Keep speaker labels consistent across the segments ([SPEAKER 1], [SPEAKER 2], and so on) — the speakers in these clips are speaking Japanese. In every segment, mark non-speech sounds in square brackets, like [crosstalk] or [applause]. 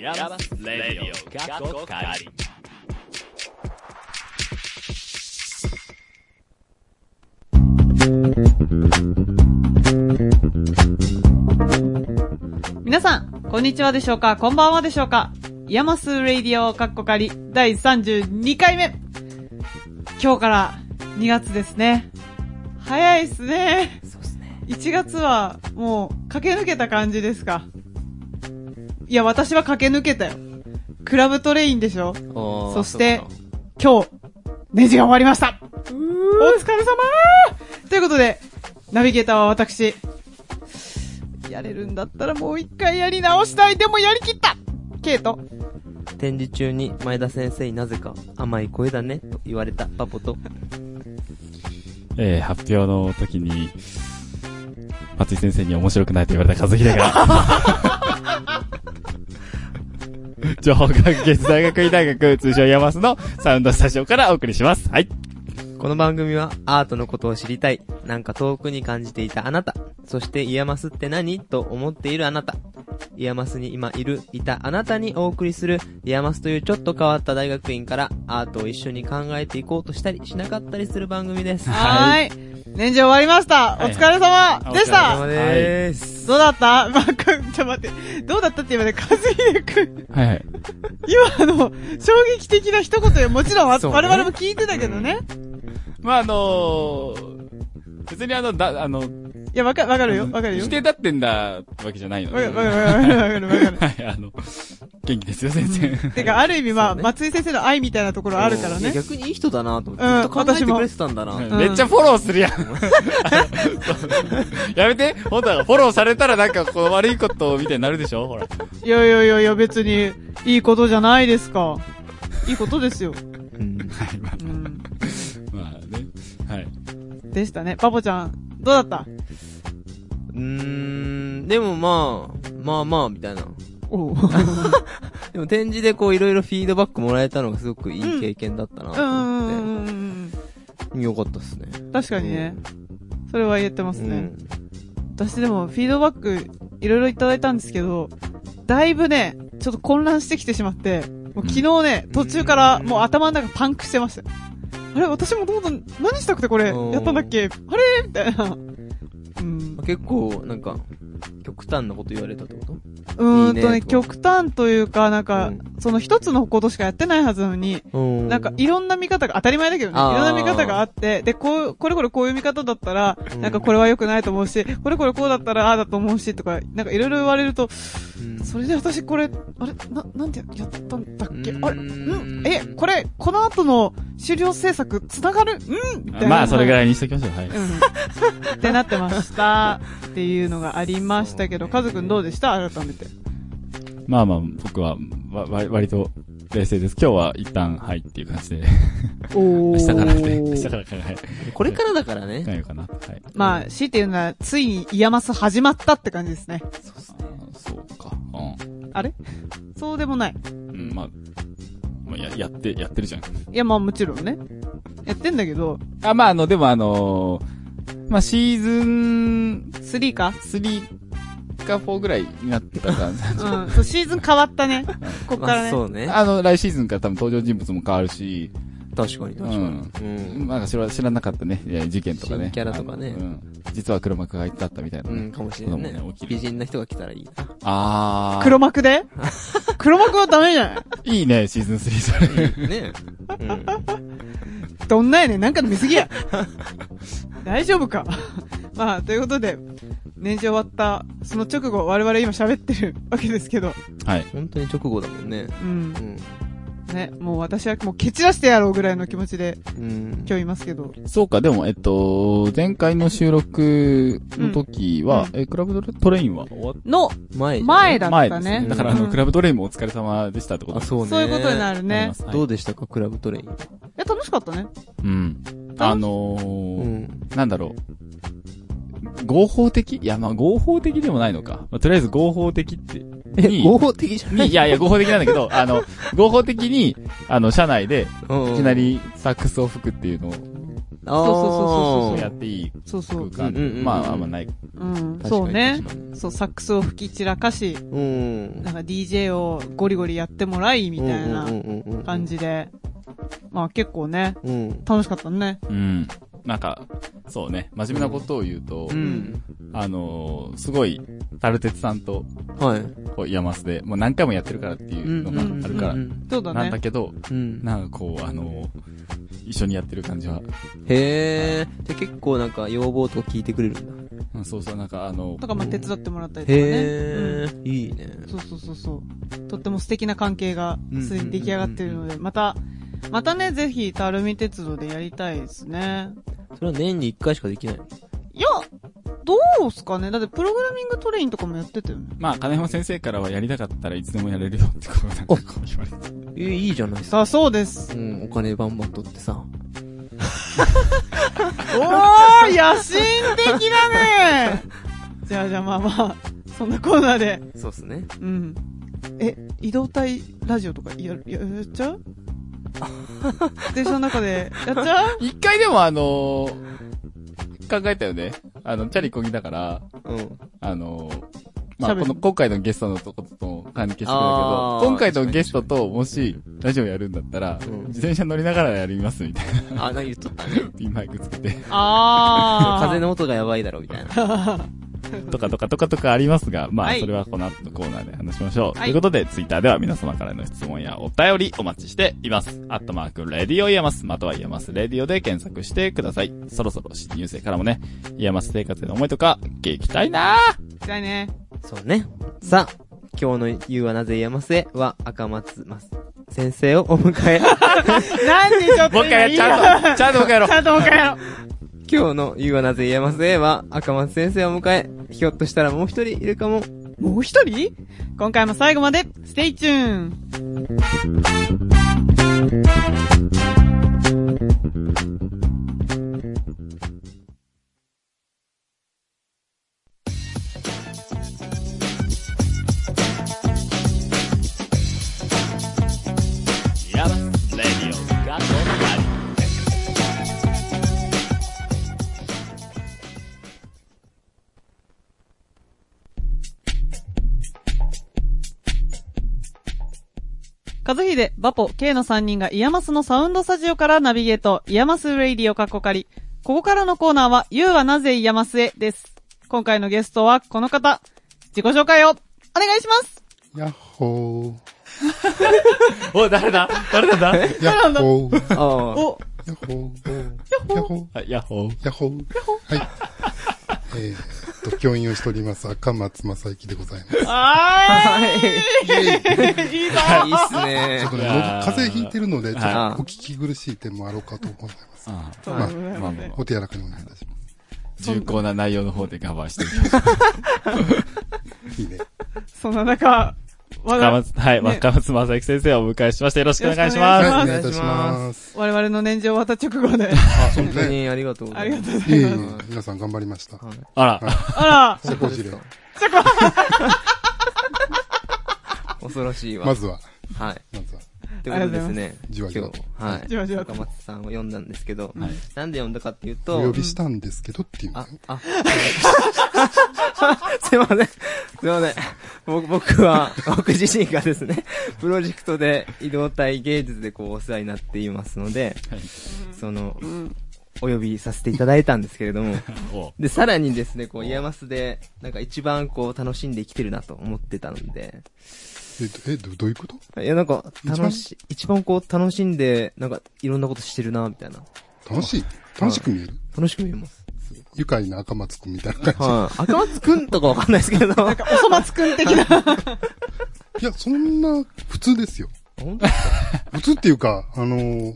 [SPEAKER 1] ヤマスレディオ過去仮
[SPEAKER 2] 皆さん、こんにちはでしょうかこんばんはでしょうかヤマスレイディオカッコカリ第32回目今日から2月ですね。早いっすね。
[SPEAKER 1] そうですね
[SPEAKER 2] 1月はもう駆け抜けた感じですかいや、私は駆け抜けたよ。クラブトレインでしょそして今日、ネジが終わりましたお疲れ様ということで、ナビゲーターは私。やれるんだったらもう一回やり直したいでもやりきったケイト。
[SPEAKER 3] 展示中に前田先生になぜか甘い声だねと言われたパポ
[SPEAKER 2] [laughs]
[SPEAKER 3] と
[SPEAKER 4] えー、発表の時に、松井先生に面白くないと言われた和秀が、
[SPEAKER 2] [laughs]
[SPEAKER 4] 情報学芸術大学院大学、通称ヤマスのサウンドスタジオからお送りします。はい。
[SPEAKER 3] この番組はアートのことを知りたいなんか遠くに感じていたあなたそしてイヤマスって何と思っているあなたイヤマスに今いるいたあなたにお送りするイヤマスというちょっと変わった大学院からアートを一緒に考えていこうとしたりしなかったりする番組です
[SPEAKER 2] は
[SPEAKER 4] は
[SPEAKER 2] ーい。年次終わりました。お
[SPEAKER 4] はい
[SPEAKER 2] 疲れ様でし
[SPEAKER 4] お
[SPEAKER 2] た
[SPEAKER 4] 疲
[SPEAKER 3] お疲れ様でーす、
[SPEAKER 2] どうだったまあ、くん、ちょ、待って。どうだったって言われて、和秀くん。
[SPEAKER 4] はいはい。
[SPEAKER 2] 今あの、衝撃的な一言よ。もちろんわ、
[SPEAKER 3] そうね
[SPEAKER 2] 我々も聞いてたけどね。
[SPEAKER 4] まあ、あのー、別にあの、だ、あの、
[SPEAKER 2] いや、わか、わかるよ。わかるよ。
[SPEAKER 4] 否定だってんだ、わけじゃないの
[SPEAKER 2] わか
[SPEAKER 4] で。
[SPEAKER 2] るわかるわかるわかるわかる。
[SPEAKER 4] はい、あの、元気ですよ、先生。
[SPEAKER 2] [laughs] てか、ある意味まあ、
[SPEAKER 3] そうね
[SPEAKER 2] 松井先生の愛みたいなところあるから
[SPEAKER 3] いや
[SPEAKER 2] ね。
[SPEAKER 3] 逆にいい人だなと思って、
[SPEAKER 2] うん
[SPEAKER 3] ずっと考えてくれてたんだな
[SPEAKER 2] うん
[SPEAKER 4] めっちゃフォローす [laughs] るやん。あのそうやめて。本当はフォローされたらなんかこう悪いことみたいになるでしょほら。
[SPEAKER 2] いやいやいやいや、別に、いいことじゃないですか。いいことですよ。
[SPEAKER 3] うん
[SPEAKER 4] はい、ま
[SPEAKER 2] うん。
[SPEAKER 4] あ、まあね。はい。
[SPEAKER 2] でしたね。パポちゃん、どうだった
[SPEAKER 3] うーんでもまあまあまあみたいな
[SPEAKER 2] おう。
[SPEAKER 3] でも展示でこういろいろフィードバックもらえたのがすごくいい経験だったな
[SPEAKER 2] う
[SPEAKER 3] と
[SPEAKER 2] んうん
[SPEAKER 3] 思
[SPEAKER 2] うんうん
[SPEAKER 3] って、よかったっすね。
[SPEAKER 2] うん。確かにね。それは言ってます
[SPEAKER 3] う
[SPEAKER 2] ね。
[SPEAKER 3] ん
[SPEAKER 2] 私でも、フィードバック、いろいろいただいたんですけど、だいぶね、ちょっと混乱してきてしまって、もう昨日ね、途中からもう頭の中パンクしてましたよ。あれ私もともと何したくてこれ、やったんだっけあれみたいな。うん
[SPEAKER 3] まあ、結構、なんか、極端なこと言われたってこと
[SPEAKER 2] うーんと
[SPEAKER 3] い
[SPEAKER 2] ね、
[SPEAKER 3] いねと
[SPEAKER 2] 極端というか、なんか、
[SPEAKER 3] うん
[SPEAKER 2] その一つのことしかやってないはずなのに、
[SPEAKER 3] うん
[SPEAKER 2] なんかいろんな見方が、当たり前だけどね、い
[SPEAKER 3] あー
[SPEAKER 2] ろんな見方があって、で、こう、これこれこういう見方だったら、
[SPEAKER 3] うん
[SPEAKER 2] なんかこれは良くないと思うし、これこれこうだったらああだと思うし、とか、なんかいろいろ言われると、
[SPEAKER 3] うん
[SPEAKER 2] それで私これ、あれ、な、なんでやったんだっけ
[SPEAKER 3] うーん
[SPEAKER 2] あれ、うんえ、これ、この後の終了制作、つながるうんみたいな。
[SPEAKER 4] まあ、それぐ
[SPEAKER 2] い。
[SPEAKER 4] らいにしときましょう。はい。
[SPEAKER 2] うん。ってなってました。っていうのがありましたけど、カズくんどうでした改めて。
[SPEAKER 4] まあまあ、僕は、わ、わ割と、冷静です。今日は一旦、はいっていう感じで、
[SPEAKER 2] お
[SPEAKER 4] 明日からで、明日からから、はい。
[SPEAKER 3] これからだからね。
[SPEAKER 4] ないのかな。はい。
[SPEAKER 2] まあ、強いて言うなら、ついにイヤマス始まったって感じですね。
[SPEAKER 4] そうか。
[SPEAKER 2] あれそうでもない。
[SPEAKER 4] うん。うん、まあ、まあ、や、やって、やってるじゃん。
[SPEAKER 2] いや、まあもちろんね。やってんだけど、
[SPEAKER 4] あ、まあ、あの、でもあのーまあ、シーズン
[SPEAKER 2] 3か
[SPEAKER 4] 3か4ぐらいになったか、
[SPEAKER 2] うん。そう、シーズン変わったね。こっか
[SPEAKER 3] ま
[SPEAKER 2] ら
[SPEAKER 3] あ、
[SPEAKER 2] ね。
[SPEAKER 3] そうね。
[SPEAKER 4] あの、来シーズンから多分登場人物も変わるし、
[SPEAKER 3] 確かに、確かに。うん。
[SPEAKER 4] なんか知ら知らなかったね、いや事件とかね。
[SPEAKER 3] 新キャラとかね
[SPEAKER 4] あのうん。実は黒幕がいたったみたいな
[SPEAKER 3] う
[SPEAKER 4] ね。
[SPEAKER 3] ん、かもしれない
[SPEAKER 4] そうだもん
[SPEAKER 3] ね
[SPEAKER 4] ね起き。る
[SPEAKER 3] 美人な人が来たらいいな。
[SPEAKER 4] あー。
[SPEAKER 2] 黒幕で黒幕はダメじゃない
[SPEAKER 4] いいね、シーズン3それ。
[SPEAKER 3] ね。うん。
[SPEAKER 2] どんなやねん、なんかの見すぎや。大丈夫か。 [laughs] まあ、ということで、年始終わった、その直後、我々今喋ってるわけですけど、
[SPEAKER 4] はい。
[SPEAKER 3] 本当に直後だもんね。
[SPEAKER 2] うん
[SPEAKER 3] う。ん。
[SPEAKER 2] ね、もう私はもう蹴散らしてやろうぐらいの気持ちで
[SPEAKER 3] うん。
[SPEAKER 2] 今日いますけど、
[SPEAKER 4] そうか、でも、えっと、前回の収録の時は、え、クラブドレトレインは終わっ
[SPEAKER 2] の
[SPEAKER 3] 前じゃん。
[SPEAKER 2] 前だ
[SPEAKER 4] た
[SPEAKER 2] っ
[SPEAKER 4] 前
[SPEAKER 2] た
[SPEAKER 4] です
[SPEAKER 2] ね。
[SPEAKER 4] だから、あの、
[SPEAKER 2] うん
[SPEAKER 4] クラブドレインもお疲れ様でしたってこと
[SPEAKER 3] あ、そうね。
[SPEAKER 2] そういうことにな
[SPEAKER 3] る。
[SPEAKER 2] る
[SPEAKER 4] なり
[SPEAKER 2] ね
[SPEAKER 4] ま。す。
[SPEAKER 3] ど
[SPEAKER 4] う
[SPEAKER 3] うでしたか、クラブトレイン。
[SPEAKER 2] いや、楽しかったね。
[SPEAKER 4] うん。あの
[SPEAKER 3] う
[SPEAKER 4] ー、
[SPEAKER 3] ん。
[SPEAKER 4] なんだろう。合法的いや、まあ、合法的でもないのか。まあとりあえず合法的って。
[SPEAKER 3] え、
[SPEAKER 4] に
[SPEAKER 3] 合法的じゃない
[SPEAKER 4] にいやいや、合法的なんだけど、あの、合法的に、あの、社内で、
[SPEAKER 3] うん
[SPEAKER 4] いきなりサックスを吹くっていうのを、
[SPEAKER 2] そうそうそうそう
[SPEAKER 4] やっていい
[SPEAKER 2] そうそう。
[SPEAKER 4] 空
[SPEAKER 3] うんうんうんう
[SPEAKER 4] 間。
[SPEAKER 3] ん
[SPEAKER 4] まあ、あんまない。
[SPEAKER 2] うん、
[SPEAKER 3] あー
[SPEAKER 2] そうね
[SPEAKER 3] 確。かに確かに
[SPEAKER 2] そう、サックスを吹き散らかし、
[SPEAKER 3] うん
[SPEAKER 2] なんか DJ をゴリゴリやってもらい、みたいな感じで。まあ結構ね、
[SPEAKER 3] うんうん
[SPEAKER 2] 楽しかったね。
[SPEAKER 4] うん。なんか、そうね、真面目なことを言うと
[SPEAKER 3] う、ん
[SPEAKER 4] あのー、すごい、タルテツさんと、
[SPEAKER 3] はい
[SPEAKER 4] こう、山須で、もう何回もやってるからっていうの
[SPEAKER 2] うんうん
[SPEAKER 4] があるから
[SPEAKER 3] う、ん
[SPEAKER 2] そうだ
[SPEAKER 4] なんだ
[SPEAKER 2] ね。
[SPEAKER 4] けど、
[SPEAKER 3] うん
[SPEAKER 4] なんかこう、あのー、一緒にやってる感じは、
[SPEAKER 3] へえじゃあ結構なんか要望とか聞いてくれるんだ
[SPEAKER 4] うんそうそう、なんかあの、
[SPEAKER 2] とか、まあ手伝ってもらったりとかね。うん
[SPEAKER 3] へえいいね
[SPEAKER 2] そうそうそうそう。とっても素敵な関係が
[SPEAKER 3] うん
[SPEAKER 2] すでに出来上がってるので、また、またね、ぜひ、たるみ鉄道でやりたいですね。
[SPEAKER 3] それは年に1回しかできないの
[SPEAKER 2] いや、どうすかねだって、プログラミングトレインとかもやってたよね。
[SPEAKER 4] まあ、金山先生からはやりたかったらいつでもやれるよってことなんかこう言われて。
[SPEAKER 3] えいいじゃないですか
[SPEAKER 2] さあ、そうです。
[SPEAKER 3] うんお金バンバン取ってさ
[SPEAKER 2] おー、野心的だね
[SPEAKER 3] [laughs]
[SPEAKER 2] じゃあ、じゃあ、まあまあ、そんなコーナーで。
[SPEAKER 3] そうっすね
[SPEAKER 2] うん。え、移動体ラジオとかや、ややっち [laughs] ゃう電車の中で、やっちゃう
[SPEAKER 4] 一回でもあのー、考えたよね。あの、チャリこぎだから、
[SPEAKER 3] うん
[SPEAKER 4] あのー、まあ、
[SPEAKER 2] 喋る
[SPEAKER 4] この、今回のゲストのとことも関係してくるけど、
[SPEAKER 3] あー
[SPEAKER 4] 今回のゲストと、もし、ラジオやるんだったら、
[SPEAKER 3] うん
[SPEAKER 4] 自転車乗りながらやりますみたいな、
[SPEAKER 3] あなんか言っとったね
[SPEAKER 4] ピンマイクつけて、
[SPEAKER 2] あー。
[SPEAKER 3] [laughs] 風の音がやばいだろみたいな
[SPEAKER 4] とかとかとかとかありますが、まあ
[SPEAKER 2] は、い
[SPEAKER 4] それはこの後のコーナーで話しましょう。
[SPEAKER 2] は
[SPEAKER 4] と
[SPEAKER 2] い
[SPEAKER 4] いうことで、ツイッターでは皆様からの質問やお便りお待ちしています。アットマーク、レディオイヤマス、またはイヤマスレディオで検索してください。そろそろ新入生からもね、イヤマス生活への思いとか、聞きたいなー
[SPEAKER 2] じゃあね。
[SPEAKER 3] そうね。さあ、今日の言うはなぜ山瀬は赤松ます先生をお迎え。
[SPEAKER 2] なんでちょっと
[SPEAKER 4] もう
[SPEAKER 2] 今
[SPEAKER 4] 一回や、ち
[SPEAKER 2] いいよ
[SPEAKER 4] ゃんと、ちゃんともう一回やろう
[SPEAKER 2] ち。ゃんともう一回やろう。
[SPEAKER 3] 今日の言うはなぜ山瀬は赤松先生を迎え。ひょっとしたらもう一人いるかも。
[SPEAKER 2] もう一人今回も最後まで、ステイチューン
[SPEAKER 1] ヤマスレディオ過去カ
[SPEAKER 2] 和秀、バポ、K の3人がイヤマスのサウンドスタジオからナビゲート、イヤマスレイディオカッコカリ。ここからのコーナーは、You はなぜイヤマスへです。今回のゲストはこの方、自己紹介をお願いします
[SPEAKER 5] やっほ
[SPEAKER 4] お、誰だ誰だだ
[SPEAKER 5] ー。やっほー。
[SPEAKER 3] ああ。
[SPEAKER 2] お、
[SPEAKER 5] やっほー。やっほー。
[SPEAKER 4] はい、ヤッホー。
[SPEAKER 5] やっほー。はい。えー、と、教員をしております、赤松正幸でございます。
[SPEAKER 2] あ
[SPEAKER 3] はい。
[SPEAKER 2] ーいいぞ
[SPEAKER 3] いいっすね
[SPEAKER 5] ちょっ。と
[SPEAKER 4] い
[SPEAKER 5] ね、喉
[SPEAKER 4] やー
[SPEAKER 5] 風邪ひいてるので、ちょっとお
[SPEAKER 3] はい
[SPEAKER 5] 聞き苦しい点もあろうかと思います。
[SPEAKER 4] ああ
[SPEAKER 5] まあ、
[SPEAKER 4] まあまあまあ
[SPEAKER 5] お手柔らかにお願いいたしま
[SPEAKER 4] 重厚な内容の方でカバーしてみ
[SPEAKER 5] す。いいね。
[SPEAKER 2] そんな中、我
[SPEAKER 4] 若
[SPEAKER 2] 々
[SPEAKER 4] 松、はい、
[SPEAKER 2] ね
[SPEAKER 4] 若松正幸先生をお迎えしまして、よろしくお願いし
[SPEAKER 2] よろしくお願
[SPEAKER 4] ます。
[SPEAKER 5] はい、お願いい
[SPEAKER 2] いします
[SPEAKER 5] たします。
[SPEAKER 2] 我々の年次を終わった
[SPEAKER 5] [laughs]
[SPEAKER 2] 直後で、
[SPEAKER 5] あ、そう
[SPEAKER 3] 本当
[SPEAKER 5] ね。
[SPEAKER 3] にありがとうござ
[SPEAKER 2] あ
[SPEAKER 3] い
[SPEAKER 2] り
[SPEAKER 3] ま
[SPEAKER 2] が
[SPEAKER 3] す。
[SPEAKER 2] とうござい
[SPEAKER 5] いえ
[SPEAKER 2] ま
[SPEAKER 5] い
[SPEAKER 2] す。
[SPEAKER 5] え、皆さん頑張りました。
[SPEAKER 4] あら、
[SPEAKER 2] あ
[SPEAKER 5] 社交辞令。
[SPEAKER 3] 恐ろしいわ。
[SPEAKER 5] まずは、
[SPEAKER 3] はい。
[SPEAKER 5] まずは。
[SPEAKER 3] ってことですね。
[SPEAKER 5] ありが
[SPEAKER 3] 今
[SPEAKER 5] と
[SPEAKER 3] 日
[SPEAKER 5] うございます、
[SPEAKER 3] は
[SPEAKER 2] じわじ
[SPEAKER 3] い。
[SPEAKER 2] わ
[SPEAKER 3] 赤松さんを読んだんですけど
[SPEAKER 4] はい、
[SPEAKER 3] なんで読んだかっていう
[SPEAKER 5] お
[SPEAKER 3] と
[SPEAKER 5] 呼、びしたんですけどっていうね
[SPEAKER 3] あ、あ、 [laughs] すいません。すいません。僕、僕は、僕自身がですね、プロジェクトで移動体芸術でこうお世話になっていますので、その、お呼びさせていただいたんですけれども、 [laughs]
[SPEAKER 4] お
[SPEAKER 3] で、さらにですね、こう、イヤマスで、なんか一番こう、楽しんできてるなと思ってたので、
[SPEAKER 5] えっとえ、どどういうこと
[SPEAKER 3] いや、なんか、
[SPEAKER 5] 番
[SPEAKER 3] 楽し、一番こう、楽しんで、なんか、いろんなことしてるな、みたいな。
[SPEAKER 5] 楽しい楽しく見える
[SPEAKER 3] 楽しく見えます。
[SPEAKER 5] 愉快な赤松くんみたいな感じ。
[SPEAKER 3] はい。赤松くんとかわかんないですけ [laughs] ど、なんか、
[SPEAKER 2] あ、おそ松くん的な。
[SPEAKER 5] いや、そんな、普通ですよ。
[SPEAKER 3] 本
[SPEAKER 5] 普通っていうか、あのー、い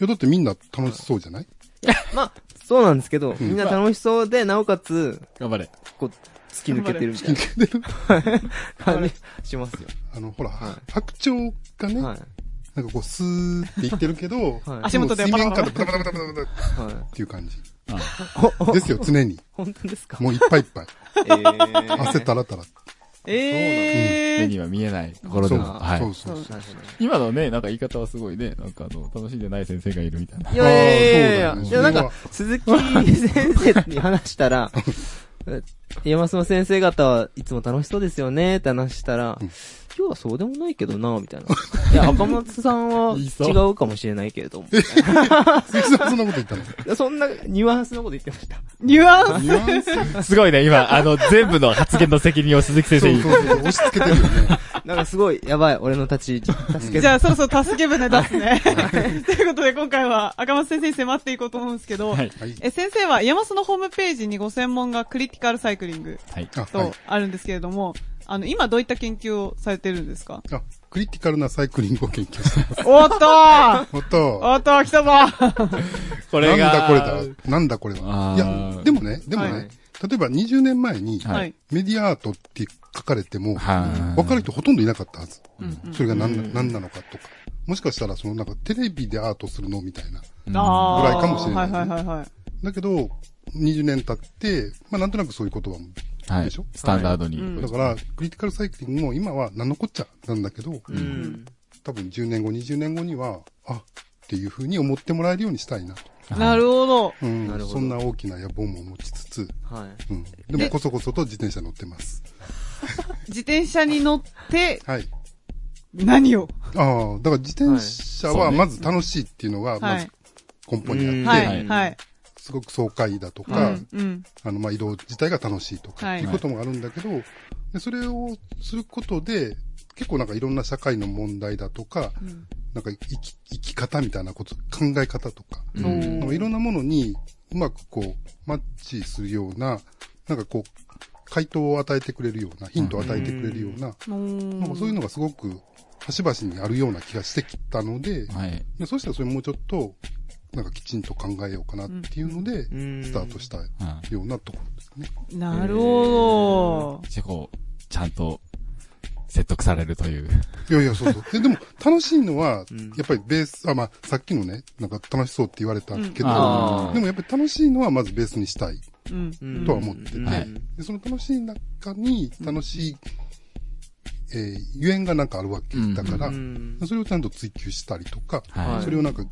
[SPEAKER 5] や、だってみんな楽しそうじゃない
[SPEAKER 3] いや、まあ、そうなんですけど、みんな楽しそうで、なおかつ、
[SPEAKER 4] 頑張れ。
[SPEAKER 3] こう、突き抜けてるみたいな
[SPEAKER 5] 聞いてる
[SPEAKER 3] 感じしますよ。
[SPEAKER 5] あの、ほら、
[SPEAKER 3] は
[SPEAKER 5] 白鳥がね、
[SPEAKER 3] はい。
[SPEAKER 5] なんかこう、スーって言ってるけど、
[SPEAKER 3] はい
[SPEAKER 5] も
[SPEAKER 2] 足元で
[SPEAKER 5] 水
[SPEAKER 2] パタ
[SPEAKER 5] 面
[SPEAKER 2] パタ
[SPEAKER 5] 下でブタブタブタブタブタっ
[SPEAKER 3] はい。
[SPEAKER 5] ていう感じ。
[SPEAKER 3] お、お
[SPEAKER 5] ですよ、常に。
[SPEAKER 3] 本当ですか
[SPEAKER 5] もういっぱいいっぱい。
[SPEAKER 3] えー
[SPEAKER 5] 汗たらたら。
[SPEAKER 4] 目
[SPEAKER 2] ええ
[SPEAKER 4] には見えないところでも。は
[SPEAKER 5] そ。
[SPEAKER 4] いう
[SPEAKER 5] そうそう。
[SPEAKER 3] なるほどね
[SPEAKER 4] 今のね、なんか言い方はすごいね、なんかあの、楽しんでない先生がいるみたいな。
[SPEAKER 3] いやいやいやい
[SPEAKER 5] そうだ
[SPEAKER 3] や、
[SPEAKER 5] ね
[SPEAKER 3] いやな
[SPEAKER 5] それ
[SPEAKER 3] んか
[SPEAKER 5] は、
[SPEAKER 3] 鈴木先生に話し
[SPEAKER 5] [laughs]
[SPEAKER 3] たら、え山島先生方はいつも楽しそうですよねって話したら、今日はそうでもないけどな、みたいな。いや、赤松さんは
[SPEAKER 4] 言い
[SPEAKER 3] 違
[SPEAKER 4] そう
[SPEAKER 3] うかもしれないけれども。
[SPEAKER 5] 鈴木さんそんなこと言ったの
[SPEAKER 3] いやそんなニュアンスのこと言ってました。
[SPEAKER 2] ニュアンス
[SPEAKER 5] ニュアンス
[SPEAKER 4] すごいね、今、あの、全部の発言の責任を鈴木先生
[SPEAKER 5] そう
[SPEAKER 4] に。
[SPEAKER 5] そうそう。押し付けてるよね。
[SPEAKER 3] なんかすごい、やばい、俺の立ち位置。助け
[SPEAKER 2] じ
[SPEAKER 3] て。
[SPEAKER 2] ゃあそろそろ助け舟出すね。 [laughs] ということで今回は赤松先生に迫っていこうと思うんですけど、
[SPEAKER 4] はい。
[SPEAKER 5] はい。
[SPEAKER 2] え先生は山マスのホームページにご専門がクリティカルサイクリング
[SPEAKER 4] はい。
[SPEAKER 5] あ、は
[SPEAKER 2] と
[SPEAKER 5] い。
[SPEAKER 2] あるんですけれども、あの、今どういった研究をされてるんですか
[SPEAKER 5] あ、クリティカルなサイクリングを研究してます。
[SPEAKER 2] おっとー
[SPEAKER 5] おっと、
[SPEAKER 2] おっとー来たぞー
[SPEAKER 4] こ
[SPEAKER 5] なんだこれだ
[SPEAKER 4] は、
[SPEAKER 5] なんだこれ
[SPEAKER 4] あ
[SPEAKER 5] は。い
[SPEAKER 4] ー
[SPEAKER 5] や、でもね、でも
[SPEAKER 2] はい
[SPEAKER 5] ね、例えば20年前に、
[SPEAKER 4] い
[SPEAKER 2] はい。
[SPEAKER 5] メディアアートって書かれても、
[SPEAKER 4] い。
[SPEAKER 5] わかる人ほとんどいなかったはず。
[SPEAKER 2] うんうん
[SPEAKER 5] それが何な何なのかとか。もしかしたら、そのなんかテレビでアートするのみたいな。
[SPEAKER 2] あー
[SPEAKER 5] ぐらいかもしれないね
[SPEAKER 2] はいはいはいはい。
[SPEAKER 5] だけど、20年経って、まあなんとなくそういう言葉も。
[SPEAKER 4] はい。
[SPEAKER 5] でしょ
[SPEAKER 4] スタンダードに。
[SPEAKER 2] うん
[SPEAKER 5] だから、クリティカルサイクリングも今は何のこっちゃなんだけど、
[SPEAKER 3] うん。
[SPEAKER 5] 多分10年後、20年後には、あっていうふうに思ってもらえるようにしたいなと。
[SPEAKER 2] なるほど。
[SPEAKER 5] うん
[SPEAKER 3] なるほ
[SPEAKER 5] そ
[SPEAKER 3] ど
[SPEAKER 5] んな大きな野望も持ちつつ、
[SPEAKER 3] はい。
[SPEAKER 5] うん、でもこそこそと自転車乗ってます。
[SPEAKER 2] 自転車に乗って、
[SPEAKER 5] はい。
[SPEAKER 2] 何を
[SPEAKER 5] ああ、だから自転車
[SPEAKER 4] はいそう
[SPEAKER 5] は
[SPEAKER 4] ね
[SPEAKER 5] まず楽しいっていうのが、ま
[SPEAKER 2] は
[SPEAKER 5] ず
[SPEAKER 2] い。
[SPEAKER 5] 根本にあって、
[SPEAKER 3] うん
[SPEAKER 2] は。
[SPEAKER 4] はいい
[SPEAKER 2] はい。
[SPEAKER 5] すごく爽快だと
[SPEAKER 2] う
[SPEAKER 5] か、
[SPEAKER 2] ん。うん。
[SPEAKER 5] あの、まあ、移動自体が楽しいとか、
[SPEAKER 2] はい
[SPEAKER 5] っていうこともあるんだけど、でそれをすることで、結構なんかいろんな社会の問題だとか、
[SPEAKER 2] ん
[SPEAKER 5] なんか生き生き方みたいなこと、考え方とか、
[SPEAKER 4] うん
[SPEAKER 2] そう
[SPEAKER 5] なんかいろんなものにうまくこう、マッチするような、なんかこう、回答を与えてくれるような、ヒントを与えてくれるような、なんかそういうのがすごく端々にあるような気がしてきたので、
[SPEAKER 4] はい。
[SPEAKER 5] でそうしたらそれもうちょっと、なんかきちんと考えようかなっていうので、
[SPEAKER 3] ん
[SPEAKER 5] スタートしたようなところですね。
[SPEAKER 2] なるほど。
[SPEAKER 4] そしてこう、ちゃんと、説得されるという。
[SPEAKER 5] いやいや、そうそう。ででも、楽しいのは
[SPEAKER 3] うん、
[SPEAKER 5] やっぱりベース、あ、まあ、さっきのね、なんか楽しそうって言われたけど、
[SPEAKER 4] あー
[SPEAKER 5] でもやっぱり楽しいのはまずベースにしたい。
[SPEAKER 2] うん。
[SPEAKER 3] うん
[SPEAKER 5] とは思ってて、
[SPEAKER 3] うん
[SPEAKER 4] はい
[SPEAKER 5] でその楽しい中に楽しい、えーゆえんがなんかあるわけだから、
[SPEAKER 3] うん
[SPEAKER 5] それをちゃんと追求したりとか、
[SPEAKER 4] はい
[SPEAKER 5] それをなんか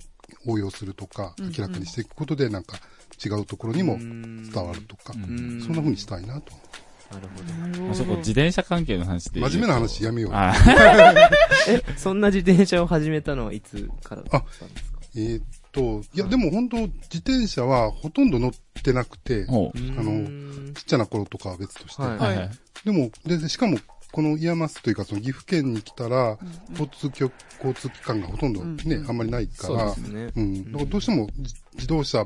[SPEAKER 5] 応用するとか、
[SPEAKER 2] うんうん
[SPEAKER 5] 明らかにしていくことでなんか違うところにも
[SPEAKER 3] うん
[SPEAKER 5] 伝わるとか、
[SPEAKER 3] うん
[SPEAKER 5] そんな風にしたいなと。
[SPEAKER 3] なるほど。
[SPEAKER 2] なるほ
[SPEAKER 4] まあ
[SPEAKER 2] ど。
[SPEAKER 4] そこ、自転車関係の話で言うと。
[SPEAKER 5] 真面目な話やめよう。
[SPEAKER 4] あ
[SPEAKER 3] え、そんな自転車を始めたのはいつからだったんですか
[SPEAKER 5] えーっと、いや、でも本当自転車はほとんど乗ってなくて、
[SPEAKER 4] ーほう。
[SPEAKER 5] あの
[SPEAKER 3] うん
[SPEAKER 5] ちっちゃな頃とかは別として、
[SPEAKER 3] は
[SPEAKER 4] は
[SPEAKER 3] い
[SPEAKER 4] い
[SPEAKER 2] は
[SPEAKER 4] はいい。
[SPEAKER 5] でも、で、でしかも、このイヤマスというか、その岐阜県に来たら、交通きょ交通機関がほとんどね、あんまりないか
[SPEAKER 3] そう
[SPEAKER 5] ら、
[SPEAKER 3] で
[SPEAKER 5] う
[SPEAKER 3] すね。
[SPEAKER 5] ん。だからどうしてもじ自動車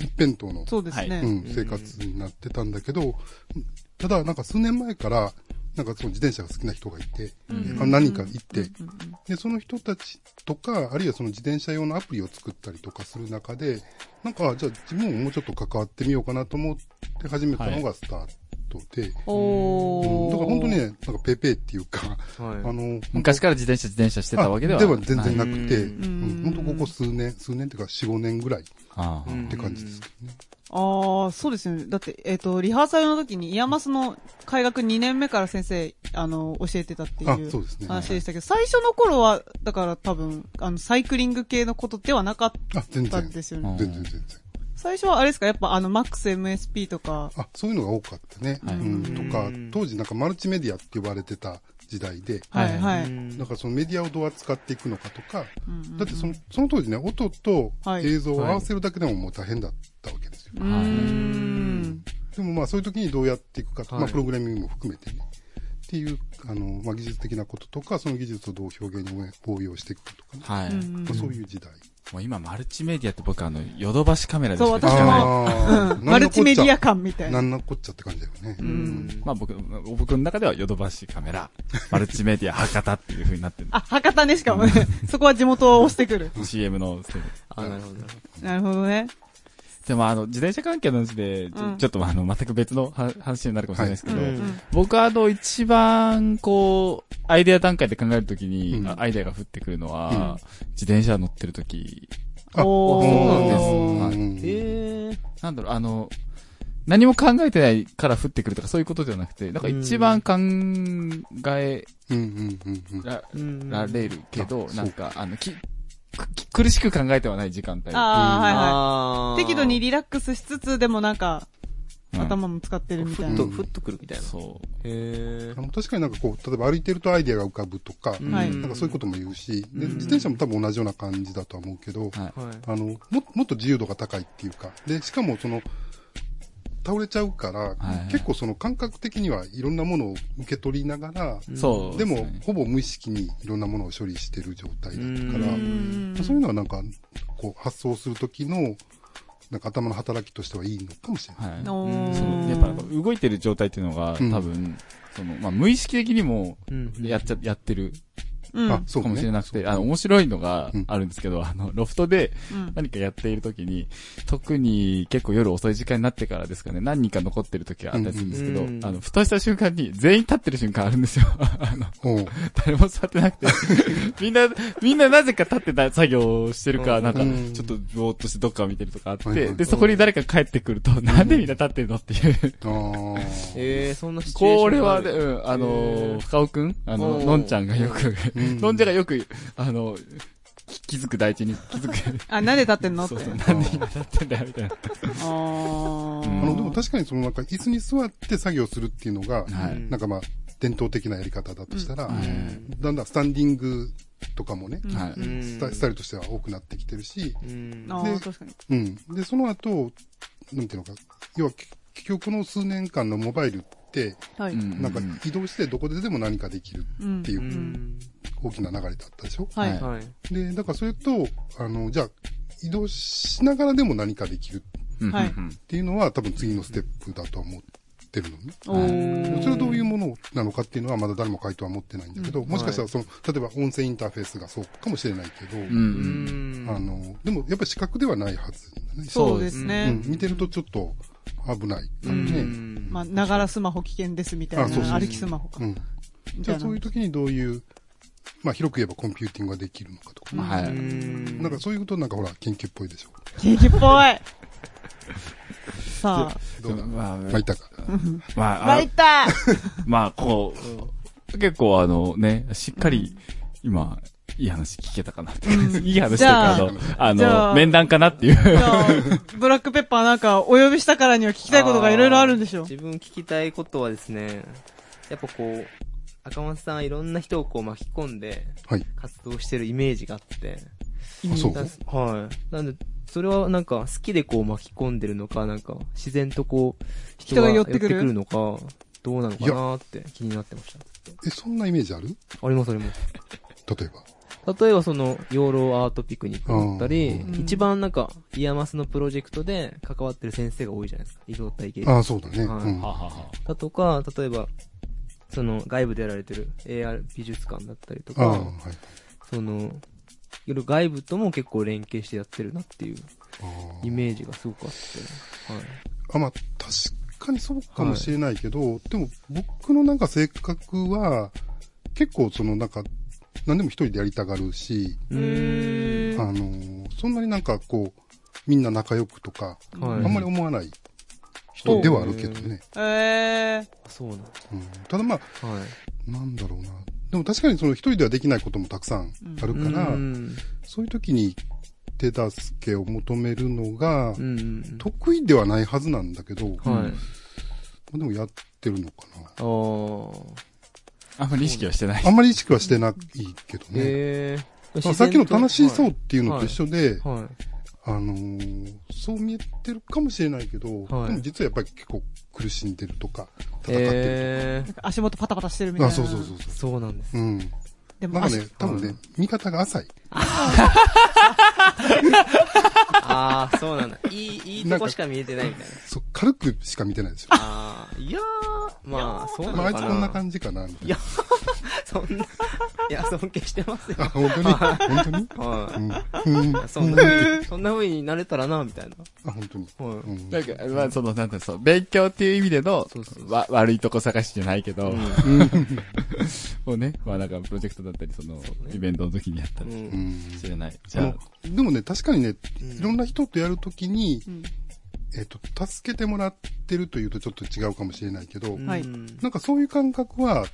[SPEAKER 5] 一辺倒の、
[SPEAKER 2] そうです
[SPEAKER 5] う
[SPEAKER 2] ね。
[SPEAKER 5] ん、生活になってたんだけど、ただ、なんか数年前から、なんかその自転車が好きな人がいて、あ何人かいて、で、その人たちとか、あるいはその自転車用のアプリを作ったりとかする中で、なんか、あじゃあ自分ももうちょっと関わってみようかなと思って始めたのがスタートで、
[SPEAKER 2] お
[SPEAKER 5] うん
[SPEAKER 2] ー。
[SPEAKER 5] だから本当にね、なんかペーペーっていうか、
[SPEAKER 3] はい
[SPEAKER 5] あの、
[SPEAKER 4] 昔から自転車、自転車してたわけでは
[SPEAKER 5] では全然
[SPEAKER 4] い。
[SPEAKER 5] なくて、
[SPEAKER 3] う
[SPEAKER 5] うん本当ここ数年、数年っていうか4、5年ぐらいっ
[SPEAKER 4] あ
[SPEAKER 3] うん
[SPEAKER 5] て感じですけどね。
[SPEAKER 2] ああ、そうですよね。だって、えっ、と、リハーサルの時に、イヤマスの開学2年目から先生、あの、教えてたってい
[SPEAKER 5] あ
[SPEAKER 2] う
[SPEAKER 5] そうですね
[SPEAKER 2] 話でしたけど、最初の頃は、だから多分、あの、サイクリング系のことではなかっ
[SPEAKER 5] あ、全
[SPEAKER 2] た
[SPEAKER 5] 然。
[SPEAKER 2] んで
[SPEAKER 5] 全
[SPEAKER 2] すよ
[SPEAKER 4] う
[SPEAKER 2] ね
[SPEAKER 4] ん。
[SPEAKER 5] 然全然。
[SPEAKER 2] 最初はあれですか、やっぱあの、マックス MSP とか、
[SPEAKER 5] あ、そういうのが多かったね。
[SPEAKER 4] はい
[SPEAKER 5] うん、と
[SPEAKER 3] う
[SPEAKER 5] か
[SPEAKER 3] ん、
[SPEAKER 5] 当時なんかマルチメディアって呼ばれてた時代で、
[SPEAKER 2] は
[SPEAKER 4] はいい
[SPEAKER 2] はい。
[SPEAKER 5] なんかそのメディアをどう扱っていくのかとか、
[SPEAKER 2] うんうん
[SPEAKER 5] だってそのその当時ね、音と
[SPEAKER 2] はい
[SPEAKER 5] 映像を合わせるだけでももう大変だったわけですよ。
[SPEAKER 2] うーん。
[SPEAKER 5] でもまあそういう時にどうやっていくかと、
[SPEAKER 3] はい
[SPEAKER 5] まあプログラミングも含めてね。っていう、あの、まあ技術的なこととか、その技術をどう表現に応用していくかとかね。
[SPEAKER 4] はい。
[SPEAKER 2] うん
[SPEAKER 4] も
[SPEAKER 2] うん
[SPEAKER 5] まあそういう時代。
[SPEAKER 4] う今、マルチメディアって僕あの、ヨドバシカメラでし
[SPEAKER 2] そ
[SPEAKER 4] か
[SPEAKER 2] う
[SPEAKER 4] 聞か
[SPEAKER 2] 私も
[SPEAKER 4] ない。
[SPEAKER 5] あー
[SPEAKER 2] [laughs] マルチメディア。感みたい
[SPEAKER 5] な
[SPEAKER 2] な。
[SPEAKER 5] んなこっちゃって感じだよね。
[SPEAKER 2] うん。
[SPEAKER 4] まあ僕、僕の中ではヨドバシカメラ、マルチメディア博多っていう風になってる
[SPEAKER 2] あ、博多ね、しかもね。そこは地元を押してくる。
[SPEAKER 4] CM のせいで。
[SPEAKER 3] あ、なるほど。
[SPEAKER 2] なるほどね。
[SPEAKER 4] でもあの、自転車関係の話で、ちょ
[SPEAKER 2] うん
[SPEAKER 4] ちょっとあの、全く別のは話になるかもしれないですけ
[SPEAKER 2] うん
[SPEAKER 4] ど、
[SPEAKER 2] うん。
[SPEAKER 4] 僕はあの、一番、こう、アイデア段階で考えるときに、
[SPEAKER 5] うん
[SPEAKER 4] あアイデアが降ってくるのは、自転車乗ってるとき、
[SPEAKER 5] あ
[SPEAKER 2] おー
[SPEAKER 4] そうなんです
[SPEAKER 5] うん
[SPEAKER 3] えー。
[SPEAKER 4] なんだろう、あの、何も考えてないから降ってくるとかそういうことじゃなくて、なんか一番考え
[SPEAKER 5] うんうんうんうん。
[SPEAKER 4] ら
[SPEAKER 3] うん
[SPEAKER 4] られるけど、
[SPEAKER 5] あ
[SPEAKER 4] なんか、あの、き、き苦しく考えてはない時間帯。
[SPEAKER 2] ああ、
[SPEAKER 3] あ
[SPEAKER 2] はいは
[SPEAKER 3] ー
[SPEAKER 2] い。適度にリラックスしつつ、でもなんか、
[SPEAKER 4] うん
[SPEAKER 2] 頭も使ってるみたい
[SPEAKER 3] ふっ
[SPEAKER 2] な。
[SPEAKER 3] と、ふっとくるみたいな。
[SPEAKER 4] そう。
[SPEAKER 3] へ
[SPEAKER 5] あの確かになんかこう、例えば歩いてるとアイデアが浮かぶとか、
[SPEAKER 3] え。
[SPEAKER 2] はい
[SPEAKER 5] なんかそういうことも言うし、で
[SPEAKER 3] うん
[SPEAKER 5] 自転車も多分同じような感じだとは思うけど、
[SPEAKER 4] はい。
[SPEAKER 3] と。はい。
[SPEAKER 5] あのももっと自由度が高いっていうか、でしかもその倒れちゃうから、
[SPEAKER 4] はい
[SPEAKER 5] 結構その感覚的にはいろんなものを受け取りながら、
[SPEAKER 4] そう
[SPEAKER 5] です
[SPEAKER 4] ね。
[SPEAKER 5] もほぼ無意識にいろんなものを処理してる状態だったか
[SPEAKER 3] う
[SPEAKER 5] ら、
[SPEAKER 2] ん
[SPEAKER 5] そういうのはなんかこう発想する時のなんか頭の働きとしてはいいのかもしれない。
[SPEAKER 4] はい。
[SPEAKER 2] おー
[SPEAKER 4] そうやっぱなんか動いてる状態っていうのが、
[SPEAKER 5] うん
[SPEAKER 4] 多分、その、まあ、無意識的にも、
[SPEAKER 3] うん。
[SPEAKER 4] やっちゃ、やってる
[SPEAKER 2] うん
[SPEAKER 5] あ、そ
[SPEAKER 4] か
[SPEAKER 5] うね。
[SPEAKER 4] もしれなくて、あの、面白いのが
[SPEAKER 5] うん
[SPEAKER 4] あるんですけど、あの、ロフトで
[SPEAKER 2] うん
[SPEAKER 4] 何かやっている時に、特に結構夜遅い時間になってからですかね、何人か残ってる時があったりするんですけど、
[SPEAKER 3] うんうん
[SPEAKER 4] あの、ふとした瞬間に全員立ってる瞬間あるんですよ。 [laughs] あの、
[SPEAKER 5] おう
[SPEAKER 4] 誰も座ってなくて、みんな、みんななぜか立ってた作業をしてるか、
[SPEAKER 3] うん
[SPEAKER 4] なんか
[SPEAKER 5] うん、
[SPEAKER 4] ちょっとぼーっとしてどっか見てるとかあっ
[SPEAKER 5] はいはいは
[SPEAKER 4] て、
[SPEAKER 5] い
[SPEAKER 4] で、そこに誰か帰ってくると、なんでみんな立ってるのっていう。
[SPEAKER 5] あ
[SPEAKER 4] [laughs]
[SPEAKER 5] ー
[SPEAKER 3] えー、そんなシチュエーション
[SPEAKER 4] これは
[SPEAKER 3] が
[SPEAKER 4] ね、
[SPEAKER 3] あ
[SPEAKER 4] う
[SPEAKER 3] る
[SPEAKER 4] ん、あ
[SPEAKER 3] へ
[SPEAKER 4] の、
[SPEAKER 3] ー
[SPEAKER 4] 深尾くんあ
[SPEAKER 3] お
[SPEAKER 4] の、
[SPEAKER 3] ー
[SPEAKER 4] のんちゃんがよく、
[SPEAKER 5] うん
[SPEAKER 4] のんちゃんがよく、あの、き気づく第一に気づく。
[SPEAKER 2] あ、 [laughs] なんで立ってんのって
[SPEAKER 4] そう。そう、なんで今立ってんだよ、みたいな。
[SPEAKER 2] あ
[SPEAKER 4] うん
[SPEAKER 2] ー
[SPEAKER 5] あの、でも確かにそのなんか椅子に座って作業するっていうのが、
[SPEAKER 4] はい
[SPEAKER 5] なんかまあ、伝統的なやり方だとしたら、
[SPEAKER 4] うん
[SPEAKER 5] だんだんスタンディングとかもね、
[SPEAKER 2] うん
[SPEAKER 4] はい
[SPEAKER 3] うん
[SPEAKER 5] スタスタイルとしては多くなってきてるし、
[SPEAKER 3] うん。。
[SPEAKER 2] あー確かに。
[SPEAKER 5] うん。で、その後、なんていうのか、要は結結局この数年間のモバイルって、
[SPEAKER 2] はい。
[SPEAKER 4] う
[SPEAKER 5] なんか移動してどこででも何かできる
[SPEAKER 2] うん
[SPEAKER 5] っていううん大きな流れだったでしょ、
[SPEAKER 2] はい。
[SPEAKER 4] はい
[SPEAKER 3] はい。
[SPEAKER 5] で、だからそれと、あの、じゃあ、移動しながらでも何かできる
[SPEAKER 4] うん
[SPEAKER 2] はい
[SPEAKER 5] っていうのは多分次のステップだとは思ってるのね。
[SPEAKER 2] おー
[SPEAKER 5] それはどういうものなのかっていうのはまだ誰も回答は持ってないんだけど、もしかしたらその、例えば音声インターフェースがそうかもしれないけど、
[SPEAKER 4] うんう。
[SPEAKER 3] うんん。
[SPEAKER 5] あの、でもやっぱり視覚ではないはずだね。
[SPEAKER 2] そうです
[SPEAKER 5] う
[SPEAKER 2] ね
[SPEAKER 5] ん。、見てるとちょっと危ないか
[SPEAKER 3] う
[SPEAKER 5] ら
[SPEAKER 3] ん、
[SPEAKER 5] ね。
[SPEAKER 2] まあ、ながらスマホ危険ですみた
[SPEAKER 5] あ
[SPEAKER 2] い
[SPEAKER 5] そうそうそ
[SPEAKER 2] な。
[SPEAKER 5] う
[SPEAKER 2] 歩きスマホか
[SPEAKER 5] う。ん。
[SPEAKER 2] み
[SPEAKER 5] じ
[SPEAKER 2] た
[SPEAKER 5] ゃ
[SPEAKER 2] い
[SPEAKER 5] あ
[SPEAKER 2] な
[SPEAKER 5] そういう時にどういう、まあ広く言えばコンピューティングができるのかとか、
[SPEAKER 4] まあはい。
[SPEAKER 3] うん
[SPEAKER 5] なんかそういうことなんかほら、研究っぽいでしょ。
[SPEAKER 2] ケーキっぽい。さあ。
[SPEAKER 5] どうだま
[SPEAKER 4] まあ
[SPEAKER 5] あ、いたか。
[SPEAKER 4] まあ、あ
[SPEAKER 2] まいった
[SPEAKER 4] まあ、こう、結構あのね、しっかり、今、いい話聞けたかなって。いい話というか、あの、あ
[SPEAKER 2] じゃ
[SPEAKER 4] の、
[SPEAKER 2] あ
[SPEAKER 4] 面談かなっていう。
[SPEAKER 2] じゃあブラックペッパーなんか、お呼びしたからには聞きたいことがいろいろあるんでしょ
[SPEAKER 3] あー。自分聞きたいことはですね、やっぱこう、赤松さんはいろんな人をこう巻き込んで
[SPEAKER 5] はい。
[SPEAKER 3] 活動してるイメージがあって。
[SPEAKER 5] あそう。
[SPEAKER 3] なんすはい。なんで、それはなんか好きでこう巻き込んでるのか、なんか自然とこう、
[SPEAKER 2] 人が寄ってくる
[SPEAKER 3] 寄のか、どうなのかなって気になってました。
[SPEAKER 5] え、そんなイメージある
[SPEAKER 3] ありますあります。
[SPEAKER 5] 例えば。
[SPEAKER 3] 例えばその、養老アートピクニックだったり、
[SPEAKER 5] うん
[SPEAKER 3] 一番なんか、イヤマスのプロジェクトで関わってる先生が多いじゃないですか。医療体系
[SPEAKER 5] ああ、そうだね。
[SPEAKER 3] はい
[SPEAKER 5] うん。
[SPEAKER 4] は
[SPEAKER 5] あ
[SPEAKER 4] はは
[SPEAKER 3] だとか、例えば、その、外部でやられてる AR 美術館だったりと
[SPEAKER 5] あ、
[SPEAKER 3] か、
[SPEAKER 5] はい。
[SPEAKER 3] その、いろいろ外部とも結構連携してやってるなっていう
[SPEAKER 5] あー
[SPEAKER 3] イメージがすごくあって、はい。
[SPEAKER 5] あ、まあ、確かにそうかもしれないけど、でも僕のなんか性格は、結構そのなんか、何でも一人でやりたがるし、
[SPEAKER 3] うーん。
[SPEAKER 5] あのーそんなになんかこう、みんな仲良くとか、
[SPEAKER 3] はい。
[SPEAKER 5] あんまり思わない人ではあるけどね。
[SPEAKER 2] えー。
[SPEAKER 3] そうなんだ。
[SPEAKER 5] うん、ただまあ、
[SPEAKER 3] はい。
[SPEAKER 5] なんだろうな。でも確かにその一人ではできないこともたくさんあるから、
[SPEAKER 3] うん。
[SPEAKER 5] そういう時に手助けを求めるのが、
[SPEAKER 3] うんうん。
[SPEAKER 5] 得意ではないはずなんだけど、
[SPEAKER 3] はい。
[SPEAKER 5] でもやってるのかな。
[SPEAKER 3] あー。
[SPEAKER 4] あんまり意識はしてない。
[SPEAKER 5] あんまり意識はしてないけどね。
[SPEAKER 3] へえ
[SPEAKER 5] まあさっきの楽しそうっていうのと一緒で、
[SPEAKER 3] はい。はい
[SPEAKER 5] あのーそう見えてるかもしれないけど、
[SPEAKER 3] はい
[SPEAKER 5] でも実はやっぱり結構苦しんでるとか、戦ってる
[SPEAKER 3] へえ
[SPEAKER 2] 足元パタパタしてるみ
[SPEAKER 5] と
[SPEAKER 2] た
[SPEAKER 5] か。
[SPEAKER 2] い
[SPEAKER 5] あ、
[SPEAKER 2] な。
[SPEAKER 5] そうそうそうそ
[SPEAKER 3] そうなんで
[SPEAKER 5] [laughs]
[SPEAKER 3] す。
[SPEAKER 5] う。うん。
[SPEAKER 2] で
[SPEAKER 5] な
[SPEAKER 2] も
[SPEAKER 5] んかね
[SPEAKER 2] 足、、
[SPEAKER 5] 多分ね、見方が浅い。
[SPEAKER 3] あー、そうなんだ。いい、いいとこしか見えてないみたいな。
[SPEAKER 5] そう、軽くしか見てないですよ。
[SPEAKER 3] あー、いやー、まあ、そうなの
[SPEAKER 5] まあ、あ
[SPEAKER 3] か
[SPEAKER 5] い
[SPEAKER 3] な。
[SPEAKER 5] つこんな感じかな、みたいな。
[SPEAKER 3] そんな、いや、尊敬してますよ。
[SPEAKER 5] あ、本当に本
[SPEAKER 3] は
[SPEAKER 5] 当にうん。うん。
[SPEAKER 3] い。そんな風に、そんな風になれたらな、みたいな。
[SPEAKER 5] あ、本当に。
[SPEAKER 3] はい。
[SPEAKER 5] うん。
[SPEAKER 4] なんか、まあ、その、なんだろう、そう、勉強っていう意味での
[SPEAKER 3] そうそう、
[SPEAKER 4] わ、悪いとこ探しじゃないけど、
[SPEAKER 5] うん。
[SPEAKER 4] もうね、まあなんか、プロジェクトだったり、その、イベントの時にやった
[SPEAKER 3] う。
[SPEAKER 4] り
[SPEAKER 5] うんん
[SPEAKER 4] してない。じ
[SPEAKER 5] あ
[SPEAKER 4] ゃ
[SPEAKER 5] の、でもね、確かにね、
[SPEAKER 3] うん
[SPEAKER 5] いろんな人とやるときに、
[SPEAKER 2] ん
[SPEAKER 5] えっ、と、助けてもらってるというとちょっと違うかもしれないけど、
[SPEAKER 2] はい
[SPEAKER 3] うん
[SPEAKER 5] なんかそういう感覚は、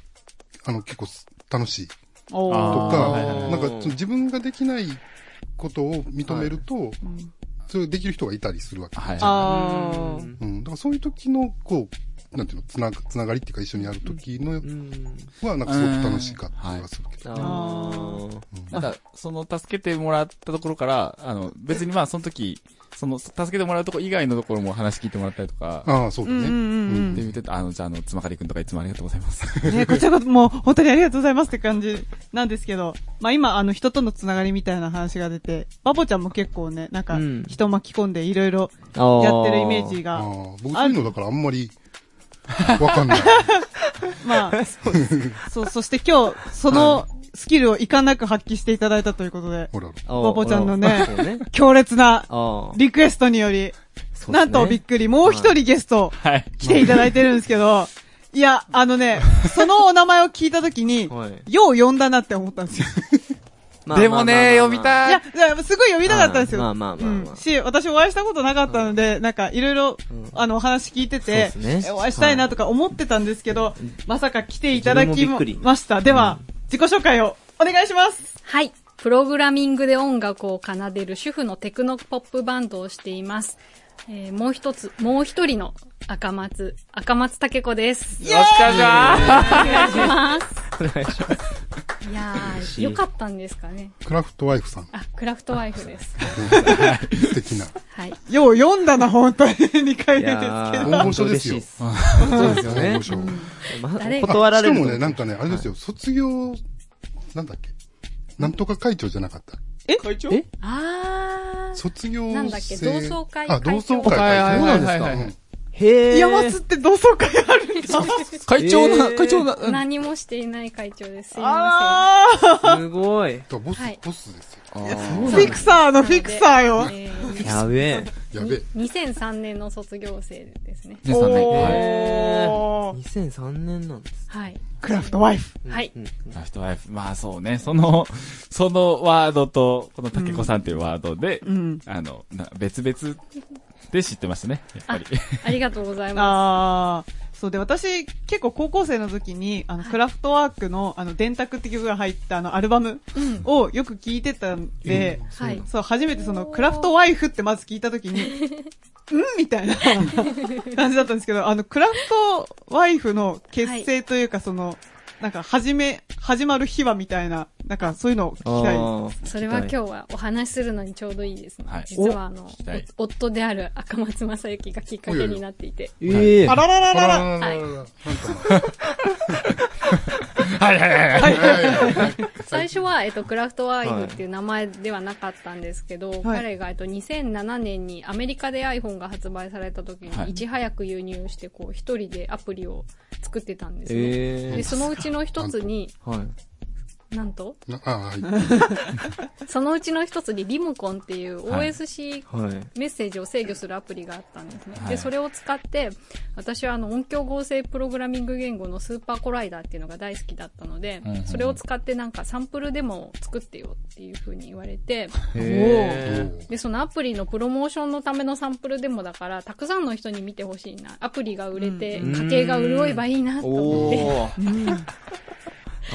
[SPEAKER 5] あの、結構す楽しい。と
[SPEAKER 2] お
[SPEAKER 4] あ
[SPEAKER 5] か、
[SPEAKER 4] ーはいはい
[SPEAKER 3] はい
[SPEAKER 5] なんかその自分ができないことを認めると、
[SPEAKER 2] うん
[SPEAKER 5] それをできる人がいたりするわけ。
[SPEAKER 4] はい。
[SPEAKER 2] あー
[SPEAKER 5] うん。だからそういう時の、こう、なんていうの、つながつながりっていうか一緒にやる時の
[SPEAKER 3] うん
[SPEAKER 5] は、なんかすごく楽しいかっていうのがするけど。
[SPEAKER 3] あー
[SPEAKER 4] なんか、その、助けてもらったところから、あの、別にまあ、その時、その、助けてもらうとこ以外のところも話聞いてもらったりとか、
[SPEAKER 5] ああ、そうだ
[SPEAKER 2] うんう
[SPEAKER 5] ね。
[SPEAKER 2] んうん
[SPEAKER 4] で見てた、あの、じゃあ、あの、つまかりくんとかいつもありがとうございます。
[SPEAKER 2] うん。ね、こちらこそもう本当にありがとうございますって感じなんですけど、まあ今あの人とのつながりみたいな話が出て、バボちゃんも結構ね、なんか
[SPEAKER 3] うん
[SPEAKER 2] 人巻き込んでいろいろ
[SPEAKER 3] あー
[SPEAKER 2] やってるイメージ
[SPEAKER 5] ああ
[SPEAKER 2] が、
[SPEAKER 5] 僕そういうのだからあんまり、わかんない。
[SPEAKER 2] まあ、そう、そして今日そのスキルをいかんなく発揮していただいたということで、
[SPEAKER 5] ほらほら。
[SPEAKER 3] あー
[SPEAKER 2] バボちゃんのね
[SPEAKER 3] そうね。
[SPEAKER 2] 強烈な
[SPEAKER 3] あー
[SPEAKER 2] リクエストにより、
[SPEAKER 3] そうですね
[SPEAKER 2] なんとびっくり、もう一人ゲスト
[SPEAKER 4] はい。
[SPEAKER 2] 来ていただいてるんですけど、いや、あのね、そのお名前を聞いたときに、
[SPEAKER 3] はい
[SPEAKER 2] よう呼んだなって思ったんですよ。
[SPEAKER 3] まあ
[SPEAKER 4] でもね、
[SPEAKER 3] まあまあまあ
[SPEAKER 4] 読みた
[SPEAKER 2] い
[SPEAKER 4] い
[SPEAKER 2] や、いやすごい呼びたかったんですよ。
[SPEAKER 3] まあまあまあまあまあ
[SPEAKER 2] うんし、私お会いしたことなかったので、なんかいろいろ、あの、お話聞いてて、
[SPEAKER 3] そうですね
[SPEAKER 2] えお会いしたいなとか思ってたんですけど、まさか来ていただき
[SPEAKER 3] 自分も
[SPEAKER 2] も
[SPEAKER 3] びっくり
[SPEAKER 2] ました。では、自己紹介をお願いします。
[SPEAKER 6] はい。プログラミングで音楽を奏でる主婦のテクノポップバンドをしています。えーもう一つ、もう一人の赤松、赤松竹子です。
[SPEAKER 4] よろしくお願いしま
[SPEAKER 6] お願いします。
[SPEAKER 3] お願いします
[SPEAKER 6] いや
[SPEAKER 3] し
[SPEAKER 6] ー、
[SPEAKER 3] い
[SPEAKER 6] よかったんですかね。
[SPEAKER 5] クラフトワイフさん、
[SPEAKER 6] あ、クラフトワイフです。
[SPEAKER 5] 素敵な。
[SPEAKER 6] はい。
[SPEAKER 2] よう読んだな、本当に。2回
[SPEAKER 3] い
[SPEAKER 2] 目ですけ
[SPEAKER 3] や
[SPEAKER 2] ど。
[SPEAKER 3] ー
[SPEAKER 5] 大御所ですよ
[SPEAKER 3] 本当嬉しいっすそうですよ
[SPEAKER 5] 大
[SPEAKER 3] ね
[SPEAKER 5] 御。所
[SPEAKER 3] ま
[SPEAKER 6] 誰が
[SPEAKER 3] 断られる
[SPEAKER 5] し
[SPEAKER 3] と
[SPEAKER 5] か
[SPEAKER 3] 思
[SPEAKER 5] も
[SPEAKER 3] う
[SPEAKER 5] ね、なんかね、あれですよ、卒業、なんだっけ。なんとか会長じゃなかった。
[SPEAKER 6] あー、
[SPEAKER 5] 卒業生
[SPEAKER 6] なんだっけ同窓会
[SPEAKER 5] あ、同窓
[SPEAKER 4] 会長
[SPEAKER 5] 会会長。
[SPEAKER 4] はいはいはいはい
[SPEAKER 5] うんですか。
[SPEAKER 3] へえ。
[SPEAKER 2] 山津って同窓会あるんだ。
[SPEAKER 4] す。会長
[SPEAKER 3] え
[SPEAKER 4] な、
[SPEAKER 3] ー
[SPEAKER 4] 会長な、うん
[SPEAKER 6] 何もしていない会長です。すいま
[SPEAKER 2] あー
[SPEAKER 3] すごい。
[SPEAKER 5] だからボス
[SPEAKER 6] はい、
[SPEAKER 5] ボスですよ。
[SPEAKER 2] フィクサーのフィクサーよ
[SPEAKER 6] せ。ん。えー
[SPEAKER 3] やべえ。
[SPEAKER 5] やべえ。
[SPEAKER 6] 2003年の卒業生ですね。
[SPEAKER 4] 13年。はい。
[SPEAKER 2] おー
[SPEAKER 3] 2003年なんです。
[SPEAKER 6] はい。
[SPEAKER 2] クラフトワイフ。
[SPEAKER 6] はい。
[SPEAKER 4] ラフトワイフ。まあそうね。その、そのワードと、この竹子さんっていうワードで、
[SPEAKER 2] うん。
[SPEAKER 4] あの、な別々で知ってましたね。やっぱり。
[SPEAKER 6] ありがとうございま
[SPEAKER 2] あー。そうで、私、結構高校生の時に、あの、クラフトワークの、あの、電卓って曲が入った、あの、アルバムをよく聞いてたんで、
[SPEAKER 6] す。はい。
[SPEAKER 2] そう、初めてその、クラフトワイフってまず聞いた時に、うんみたいな感じだったんですけど、あの、クラフトワイフの結成というか、その、なんか、始め、始まる秘話みたいな、なんか、そういうのを聞きたいです。
[SPEAKER 6] それは今日はお話しするのにちょうどいいですね。
[SPEAKER 4] はい
[SPEAKER 6] 実はあの
[SPEAKER 4] きたい、
[SPEAKER 6] お夫である [laughs] 赤松正幸がきっかけになっていて。
[SPEAKER 3] 日。ええ
[SPEAKER 2] あ。ららら
[SPEAKER 5] あら
[SPEAKER 2] ら
[SPEAKER 5] ら
[SPEAKER 2] ら
[SPEAKER 5] らららなん
[SPEAKER 4] はいはいはいはい。
[SPEAKER 6] 最初は、えっと、クラフトワイフっていう名前ではなかったんですけど、彼が、えっと、2007年にアメリカで iPhone が発売された時
[SPEAKER 4] はい
[SPEAKER 6] に、いち早く輸入して、こう、一人でアプリを作ってたんですね。
[SPEAKER 3] え
[SPEAKER 6] で、そのうちの一つに、
[SPEAKER 3] え。はい。
[SPEAKER 6] なんと、
[SPEAKER 5] なあ、はい。
[SPEAKER 6] そのうちの一つにリモコンっていう
[SPEAKER 4] はい
[SPEAKER 6] OSC
[SPEAKER 3] はい。
[SPEAKER 6] メッセージを制御するアプリがあったんですね。
[SPEAKER 4] はい
[SPEAKER 6] で、それを使って、私はあの音響合成プログラミング言語のスーパーコライダーっていうのが大好きだったので
[SPEAKER 4] うんうんうん、
[SPEAKER 6] それを使ってなんかサンプルデモを作ってよっていう風に言われて、
[SPEAKER 3] へ
[SPEAKER 5] おー
[SPEAKER 6] で、そのアプリのプロモーションのためのサンプルデモだから、たくさんの人に見てほしいな。アプリが売れて、
[SPEAKER 3] うん
[SPEAKER 6] 家計が潤えばいいなと思って。
[SPEAKER 3] おー。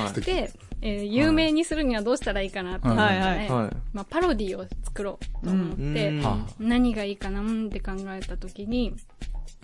[SPEAKER 5] 素敵。
[SPEAKER 6] で、えー有名にするにはどうしたらいいかなって思って、
[SPEAKER 4] はい
[SPEAKER 2] はい
[SPEAKER 3] は
[SPEAKER 6] まあ、パロディを作ろうと思って、
[SPEAKER 3] い。うん
[SPEAKER 4] は
[SPEAKER 6] 何がいいかなうんって考えた時に、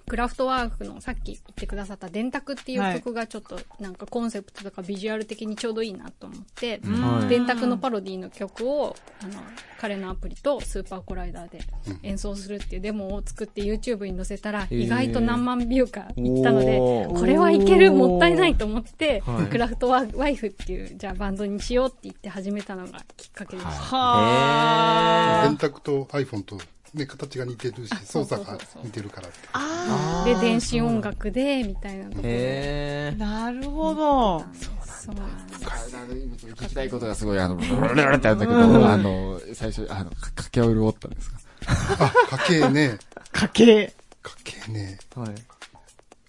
[SPEAKER 6] クラフトワークのさっき言ってくださった電卓っていう曲がちょっとなんかコンセプトとかビジュアル的にちょうどいいなと思って、
[SPEAKER 3] はい
[SPEAKER 6] 電卓のパロディの曲をあの彼のアプリとスーパーコライダーで演奏するっていうデモを作って YouTube に載せたら
[SPEAKER 3] ー
[SPEAKER 6] 意外と何万ビューかいったので、
[SPEAKER 3] おー
[SPEAKER 6] これはいけるもったいないと思って、
[SPEAKER 3] はい
[SPEAKER 6] クラフトワイフっていうじゃあバンドにしようって言って始めたのがきっかけでした。
[SPEAKER 2] は
[SPEAKER 5] 電卓と iPhone と、ね、形が似てるし、操作が似てるからって。
[SPEAKER 3] あ
[SPEAKER 6] で、電子音楽で、みたいなところで。
[SPEAKER 3] へ
[SPEAKER 2] ー。なるほど。
[SPEAKER 6] そうなんです。
[SPEAKER 4] 聞きたいことがすごい、あの、ブルルルってあるんだけど、あの、最初、あの、かけを潤ったんですか
[SPEAKER 5] あ、家計ね。
[SPEAKER 2] 家計。
[SPEAKER 5] 家計ね。
[SPEAKER 3] え。はい。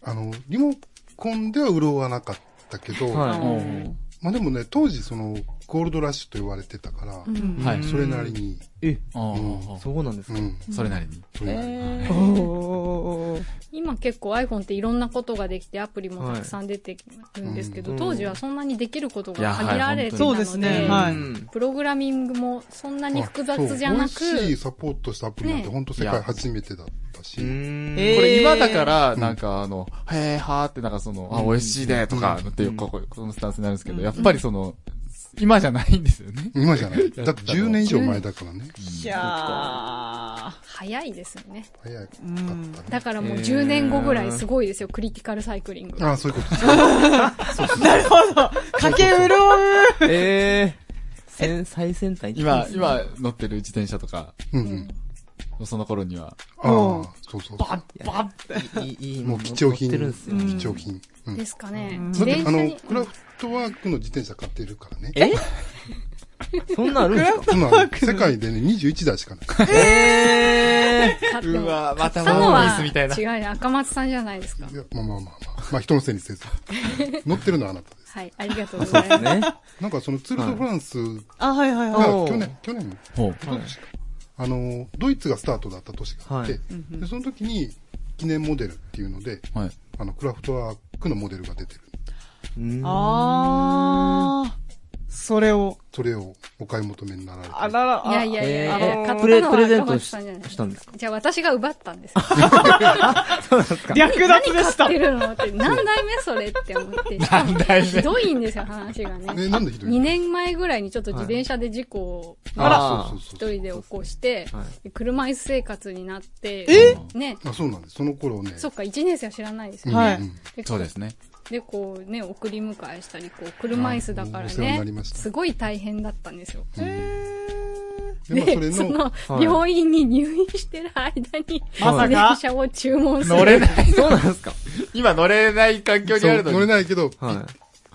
[SPEAKER 5] あの、リモコンでは潤わなかったけど、
[SPEAKER 3] はい
[SPEAKER 2] うん
[SPEAKER 5] まあでもね、当時その、ゴールドラッシュと言われてたから、
[SPEAKER 2] うん
[SPEAKER 4] はい
[SPEAKER 5] それなりに、
[SPEAKER 3] え、
[SPEAKER 4] あー
[SPEAKER 3] そうなんです
[SPEAKER 5] う
[SPEAKER 3] か。
[SPEAKER 5] ん、
[SPEAKER 4] それなりに。
[SPEAKER 5] それなりに。
[SPEAKER 2] おーおーおー
[SPEAKER 6] 今結構 iPhone っていろんなことができてアプリもたくさん出てるんですけど、
[SPEAKER 3] はいうん
[SPEAKER 6] 当時はそんなにできること
[SPEAKER 4] いや
[SPEAKER 6] が
[SPEAKER 4] はい
[SPEAKER 6] 限られてた
[SPEAKER 2] そ
[SPEAKER 6] の
[SPEAKER 2] う
[SPEAKER 6] で,、
[SPEAKER 2] ですね、はい。
[SPEAKER 3] うん
[SPEAKER 6] プログラミングもそんなに複雑じゃなく
[SPEAKER 5] あそう美味しいサポートしたアプリなんて
[SPEAKER 6] ね
[SPEAKER 5] 本当世界初めてだったし、
[SPEAKER 2] えー
[SPEAKER 4] これ今だから、なんかあの、へーはーってなんかその、あ、美味しいねとか、っていう、ここ、このスタンスになるんですけど、やっぱりその、今じゃないんですよね。
[SPEAKER 5] 今じゃない。だって10年以上前だからね。
[SPEAKER 2] しゃ
[SPEAKER 6] 早いですよね
[SPEAKER 5] 早かった
[SPEAKER 2] ん
[SPEAKER 5] ね。
[SPEAKER 6] だからもう10年後ぐらいすごいですよ、クリティカルサイクリング
[SPEAKER 5] ああ、そういうことです。
[SPEAKER 2] ー。かけうろう
[SPEAKER 3] えー、先最先端行ってま
[SPEAKER 4] 今、
[SPEAKER 3] すね
[SPEAKER 4] [laughs] 今乗ってる自転車とか、
[SPEAKER 5] うんうん。
[SPEAKER 4] その頃には、
[SPEAKER 5] ああ
[SPEAKER 2] うん、
[SPEAKER 5] そうそう
[SPEAKER 2] バ。ッバッ
[SPEAKER 3] いいいいいい
[SPEAKER 5] もう貴重
[SPEAKER 3] 乗っ
[SPEAKER 5] 品。
[SPEAKER 3] てるんですよ。
[SPEAKER 5] 貴重品。うん。だ
[SPEAKER 6] で
[SPEAKER 5] っ
[SPEAKER 6] すかね、自
[SPEAKER 5] て
[SPEAKER 6] 転
[SPEAKER 5] あ
[SPEAKER 6] 車
[SPEAKER 5] の
[SPEAKER 6] に、
[SPEAKER 5] クラフトワークの自転車買ってるからね。
[SPEAKER 3] えそんなんあるんですか
[SPEAKER 5] 今、世界でね、21台しかない。
[SPEAKER 3] え
[SPEAKER 6] 買っても
[SPEAKER 4] また
[SPEAKER 6] 買ったのは
[SPEAKER 4] 違う
[SPEAKER 6] 違うね赤松さんじゃないですか
[SPEAKER 5] いや、まあまあまあまあ。まあ人のせいにせず。乗ってるのはあなたです。
[SPEAKER 6] はいありがとうございま
[SPEAKER 3] ー [laughs]
[SPEAKER 6] す
[SPEAKER 3] ね。
[SPEAKER 5] なんかそのツール・ド・フランス
[SPEAKER 2] あ、はいはい
[SPEAKER 5] が
[SPEAKER 2] はい。
[SPEAKER 3] おー
[SPEAKER 5] 去年、去年、
[SPEAKER 4] ほう。
[SPEAKER 5] どうでしたあの、ドイツがスタートだった年があって、
[SPEAKER 3] はい
[SPEAKER 5] でその時に記念モデルっていうので、
[SPEAKER 4] はい。
[SPEAKER 5] あの、クラフトワークのモデルが出てる。
[SPEAKER 3] うん
[SPEAKER 2] あー。それを。
[SPEAKER 5] それをお買い求めになられて。
[SPEAKER 2] あらら。
[SPEAKER 6] いやいやい
[SPEAKER 3] え
[SPEAKER 6] や、
[SPEAKER 2] あのー
[SPEAKER 6] 買った
[SPEAKER 3] プレ
[SPEAKER 6] の
[SPEAKER 3] プレゼ
[SPEAKER 6] は
[SPEAKER 3] ン
[SPEAKER 6] 赤
[SPEAKER 3] ト
[SPEAKER 6] 松
[SPEAKER 3] し
[SPEAKER 6] さんじゃない
[SPEAKER 3] したんですか
[SPEAKER 6] じゃあ私が奪ったんです
[SPEAKER 2] 略奪でした
[SPEAKER 6] 買っ。てるのって何代目それって思って。
[SPEAKER 4] 何代目
[SPEAKER 6] ひどいんですよ、話がね。
[SPEAKER 5] えなんでひどいの
[SPEAKER 6] 2年前ぐらいにちょっと自転車で事故を
[SPEAKER 3] あら
[SPEAKER 5] そう
[SPEAKER 6] 一
[SPEAKER 5] そうそうそう。
[SPEAKER 6] 人で起こして
[SPEAKER 3] は、
[SPEAKER 6] 車椅子生活になって、ね、
[SPEAKER 5] あ、そうなんです。その頃ね。
[SPEAKER 6] そっか、1年生は知らないです
[SPEAKER 5] うん
[SPEAKER 6] よ。
[SPEAKER 2] はい
[SPEAKER 5] うん
[SPEAKER 4] そうですね。
[SPEAKER 6] で、こうね、送り迎えしたり、こう、車椅子だか
[SPEAKER 5] お
[SPEAKER 6] ら
[SPEAKER 5] 世話になり
[SPEAKER 6] ね
[SPEAKER 5] ま、した
[SPEAKER 6] すごい大変だったんですよ。
[SPEAKER 5] で、まあ、それ
[SPEAKER 6] で、そ
[SPEAKER 5] の、
[SPEAKER 6] の、病院に入院してる間に、
[SPEAKER 2] ま
[SPEAKER 6] 自
[SPEAKER 2] さか
[SPEAKER 6] 転車を注文する。
[SPEAKER 4] 乗れない。
[SPEAKER 3] そうなんですか
[SPEAKER 4] 今乗れない環境にあ
[SPEAKER 5] そう
[SPEAKER 4] る
[SPEAKER 5] 乗
[SPEAKER 4] の
[SPEAKER 5] れ
[SPEAKER 4] に。
[SPEAKER 5] ないけど、
[SPEAKER 3] は
[SPEAKER 5] だ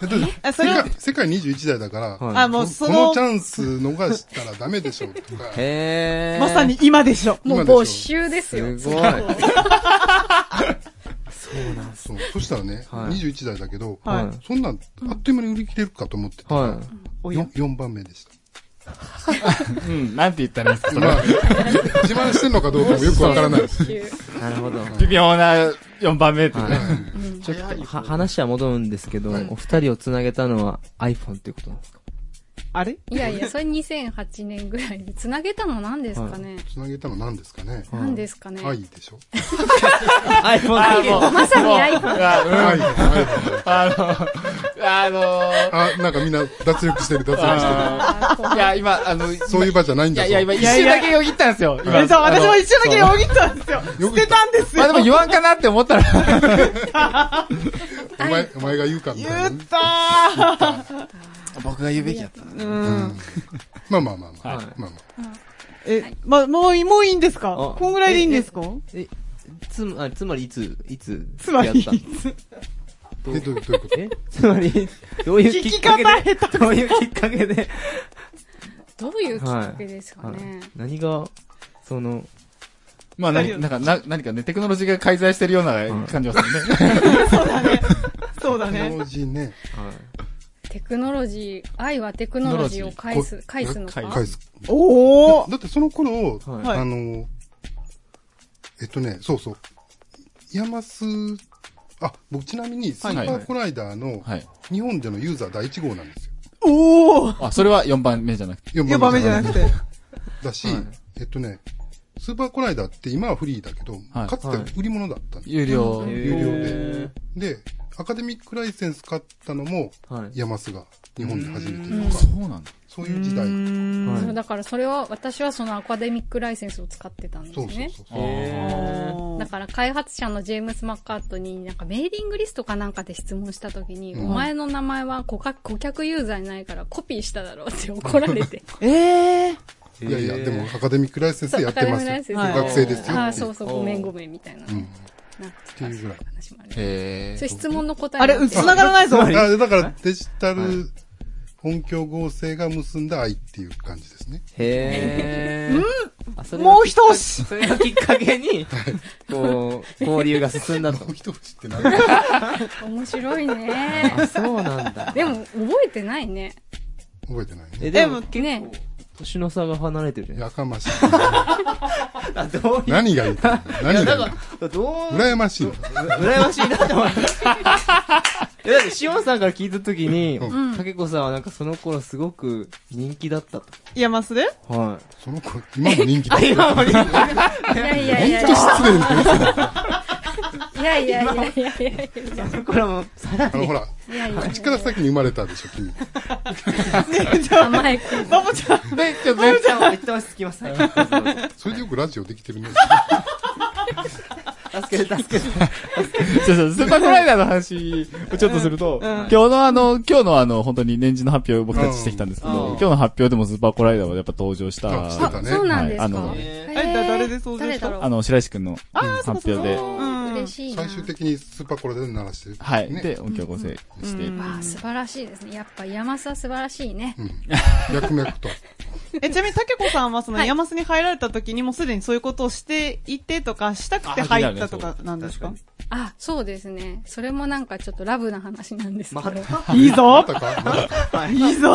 [SPEAKER 5] って
[SPEAKER 2] あそ
[SPEAKER 5] 世
[SPEAKER 2] れ
[SPEAKER 5] 界世界21台だから、
[SPEAKER 3] はい
[SPEAKER 2] あ、もう
[SPEAKER 5] こ
[SPEAKER 2] そ
[SPEAKER 5] この
[SPEAKER 2] の
[SPEAKER 5] チ、ャンス逃したらダメでしょうとか
[SPEAKER 3] い。、へー。
[SPEAKER 2] まさ。に今でしょ。
[SPEAKER 6] もう没収ですよ。
[SPEAKER 3] すごい
[SPEAKER 6] そこ
[SPEAKER 5] そうそしたらね、
[SPEAKER 3] はい
[SPEAKER 5] 21台だけど、
[SPEAKER 2] は
[SPEAKER 5] そんなんあっという間に売り切れるかと思ってたら、
[SPEAKER 3] は
[SPEAKER 2] おや
[SPEAKER 5] よ。4番目でした。
[SPEAKER 4] うん、なんて言ったらいいんですか
[SPEAKER 5] まあ、自慢してんのかどうかもよくわからない。
[SPEAKER 6] 没収
[SPEAKER 3] い。なるほど。
[SPEAKER 4] 微妙な4番目ってね。
[SPEAKER 3] はい。ちょっと、は、話は戻るんですけど、お二人を繋げたのは iPhone っていうことなんですか
[SPEAKER 2] あれ
[SPEAKER 6] いやいや、それ2008年ぐらいにつなげたの何ですかね、
[SPEAKER 5] つなげたの何ですかね。
[SPEAKER 6] 何ですかね、
[SPEAKER 5] 愛でしょ
[SPEAKER 3] ?iPhone っていう。
[SPEAKER 6] まさに iPhone。
[SPEAKER 4] あ
[SPEAKER 5] 愛、愛。
[SPEAKER 4] あの、あの、
[SPEAKER 5] あ、なんかみんな脱力してる、脱力して
[SPEAKER 6] あーこ
[SPEAKER 4] いや、今、あの、い
[SPEAKER 5] る。そういう場じゃないん
[SPEAKER 4] や
[SPEAKER 5] だぞ。
[SPEAKER 4] いや、今一瞬だけよぎったんですよ。今
[SPEAKER 2] え、じゃあ私も一瞬だけ
[SPEAKER 4] あの
[SPEAKER 2] よぎったんですよ。
[SPEAKER 5] よ
[SPEAKER 2] 捨
[SPEAKER 5] く
[SPEAKER 2] てたんです [laughs]
[SPEAKER 4] ま
[SPEAKER 2] よ
[SPEAKER 4] あで。も言わんかなって思ったら、
[SPEAKER 5] お前、お前が言うかみたいなね、
[SPEAKER 2] 言ったー
[SPEAKER 4] [laughs] 僕が言うべきやった。
[SPEAKER 2] うん。
[SPEAKER 5] まあまあまあまあ。
[SPEAKER 4] はい
[SPEAKER 5] まあま
[SPEAKER 2] え、ま、もうい、もういいんですか
[SPEAKER 3] あ
[SPEAKER 2] こんぐらいでいいんですか
[SPEAKER 3] え、つま、あつまりいつ、いつ、
[SPEAKER 2] つまり、
[SPEAKER 3] やっ
[SPEAKER 5] あ。え、どういうどういうこと
[SPEAKER 3] たえつまり、どういうきっかけ
[SPEAKER 2] 聞き
[SPEAKER 3] で、どういうきっかけで、
[SPEAKER 6] どういうきっかけですかね、
[SPEAKER 3] 何が、その、
[SPEAKER 4] まあ、ななんか、な、何かね、テクノロジーが介在してるような感じはするね。
[SPEAKER 2] そうだ
[SPEAKER 5] テクノ
[SPEAKER 2] ね。
[SPEAKER 5] ロジーね。
[SPEAKER 6] テクノロジー、愛はテクノロジーを返す、返すのか
[SPEAKER 5] 返す。
[SPEAKER 2] おー
[SPEAKER 5] だってその頃、
[SPEAKER 3] はい
[SPEAKER 2] はい
[SPEAKER 5] あの、えっとね、そうそう。イヤマス、あ、僕ちなみに、スーパーコライダーの
[SPEAKER 4] はい。
[SPEAKER 5] 日本でのユーザー第1号なんですよ。
[SPEAKER 2] おー
[SPEAKER 4] あ、それは4番目じゃなくて。
[SPEAKER 2] !4 番目じゃなくて。
[SPEAKER 5] だし、
[SPEAKER 3] はい
[SPEAKER 5] えっとね、スーパーコライダーって今はフリーだけど、
[SPEAKER 4] はい
[SPEAKER 5] かつては売り物だったんで,、
[SPEAKER 4] 有料。
[SPEAKER 5] 有料で
[SPEAKER 3] で。
[SPEAKER 5] で、アカデミックライセンス買ったのも、
[SPEAKER 3] はい。
[SPEAKER 5] ヤマスが日本で初めて
[SPEAKER 6] うん
[SPEAKER 5] とか、
[SPEAKER 4] そうなんだ。
[SPEAKER 5] そういう時代。
[SPEAKER 3] はい
[SPEAKER 6] そうだからそれは、私はそのアカデミックライセンスを使ってたんで
[SPEAKER 5] そ
[SPEAKER 6] す
[SPEAKER 5] うそう
[SPEAKER 6] ね。
[SPEAKER 5] そう。
[SPEAKER 3] へ
[SPEAKER 6] だから開発者のジェームス・マッカートになんかメーリングリストかなんかで質問した時に、
[SPEAKER 5] うん
[SPEAKER 6] お前の名前は顧客顧客ユーザーにないからコピーしただろうって怒られて。
[SPEAKER 2] えー。
[SPEAKER 5] いやいや、
[SPEAKER 3] へー
[SPEAKER 5] でも、アカデミックライセンスでやってます
[SPEAKER 6] そうアカデミックライセ
[SPEAKER 5] よ。
[SPEAKER 6] ンス
[SPEAKER 5] はい学生ですよ。
[SPEAKER 6] ああ、そうそう、
[SPEAKER 3] おー
[SPEAKER 6] ごめんごめんみたいな。
[SPEAKER 5] うん。
[SPEAKER 6] なん
[SPEAKER 5] ていうぐらい
[SPEAKER 6] 話もある。
[SPEAKER 4] え
[SPEAKER 6] それ質問の答え
[SPEAKER 2] あれ、う繋がらないぞ。
[SPEAKER 5] あだから、デジタ
[SPEAKER 3] は
[SPEAKER 5] ル音響合成が結んだ愛っていう感じですね。
[SPEAKER 3] へー。うん
[SPEAKER 2] もう一押し
[SPEAKER 3] それがきっかけに、こう、交流が進んだと
[SPEAKER 5] もう。一節って何だろ
[SPEAKER 6] 面白いね。 [laughs]
[SPEAKER 3] そうなんだ。
[SPEAKER 6] でも、覚えてないね。
[SPEAKER 5] 覚えてないね。
[SPEAKER 3] え、
[SPEAKER 2] で
[SPEAKER 3] で
[SPEAKER 2] も
[SPEAKER 3] も、
[SPEAKER 6] ね
[SPEAKER 3] 年の差が離れてるじゃ
[SPEAKER 5] やかましい。
[SPEAKER 3] ん。あ、どういう。
[SPEAKER 5] 何が言いたいの
[SPEAKER 3] いや、
[SPEAKER 5] 何が言い
[SPEAKER 3] な
[SPEAKER 5] たい
[SPEAKER 3] んか、どう、
[SPEAKER 5] の羨ましいの。
[SPEAKER 3] 羨ましいなって思って。 [laughs] え、だって、しおんさんから聞いたときに、
[SPEAKER 5] う
[SPEAKER 3] かけこさんはなんかその頃すごく人気だったと。
[SPEAKER 2] イヤマスで
[SPEAKER 3] は
[SPEAKER 5] その子、今も人気だ。
[SPEAKER 3] い。今も人気
[SPEAKER 6] いやいや
[SPEAKER 5] 本
[SPEAKER 6] いや
[SPEAKER 5] 当失礼ね。
[SPEAKER 6] いやいやいやいやいやい
[SPEAKER 3] だからもう、さら
[SPEAKER 5] あの、
[SPEAKER 3] に
[SPEAKER 5] ほ。ら、
[SPEAKER 6] やいや
[SPEAKER 5] 口から先に生まれたでしょ、君。
[SPEAKER 6] 甘えくん
[SPEAKER 2] バボちゃん、
[SPEAKER 3] めっちゃ、めっちゃ、めっちゃ落ち着きます。助
[SPEAKER 5] それでよくラジオできてるね。
[SPEAKER 3] けて、助けて。
[SPEAKER 4] そうそう、スーパーコライダーの話をちょっとすると、
[SPEAKER 2] うんうん
[SPEAKER 4] 今日のあの、今日のあの、本当に年次の発表を僕たちしてきたんですけど、
[SPEAKER 2] う
[SPEAKER 4] 今
[SPEAKER 2] ん
[SPEAKER 4] 日の発表でもスーパーコライダーはやっぱ登場した、
[SPEAKER 5] あしてたね。
[SPEAKER 6] そうなんです
[SPEAKER 4] はいあ
[SPEAKER 6] か
[SPEAKER 4] の
[SPEAKER 6] へ
[SPEAKER 2] えだ
[SPEAKER 6] ー
[SPEAKER 2] 誰で想像した
[SPEAKER 6] 誰だろう
[SPEAKER 4] あの、白石くんの発表で、
[SPEAKER 2] うん
[SPEAKER 6] 嬉しいな
[SPEAKER 5] 最終的にスーパーコラで鳴らしてる。
[SPEAKER 4] はい、
[SPEAKER 5] ね
[SPEAKER 4] で、音響合成して、
[SPEAKER 2] うん
[SPEAKER 6] わあ素晴らしいですねやっぱ山さ素晴らしいね
[SPEAKER 5] うん。脈々と。
[SPEAKER 2] [laughs] え、ちなみに、竹子さんは、その、
[SPEAKER 6] はい
[SPEAKER 2] イヤマスに入られた時に、もうすでにそういうことをしていてとか、したくて入ったとかなんですか
[SPEAKER 6] あそうですねそれもなんかちょっとラブな話なんですけど、
[SPEAKER 2] いいぞ
[SPEAKER 5] またかまたか
[SPEAKER 2] いいぞ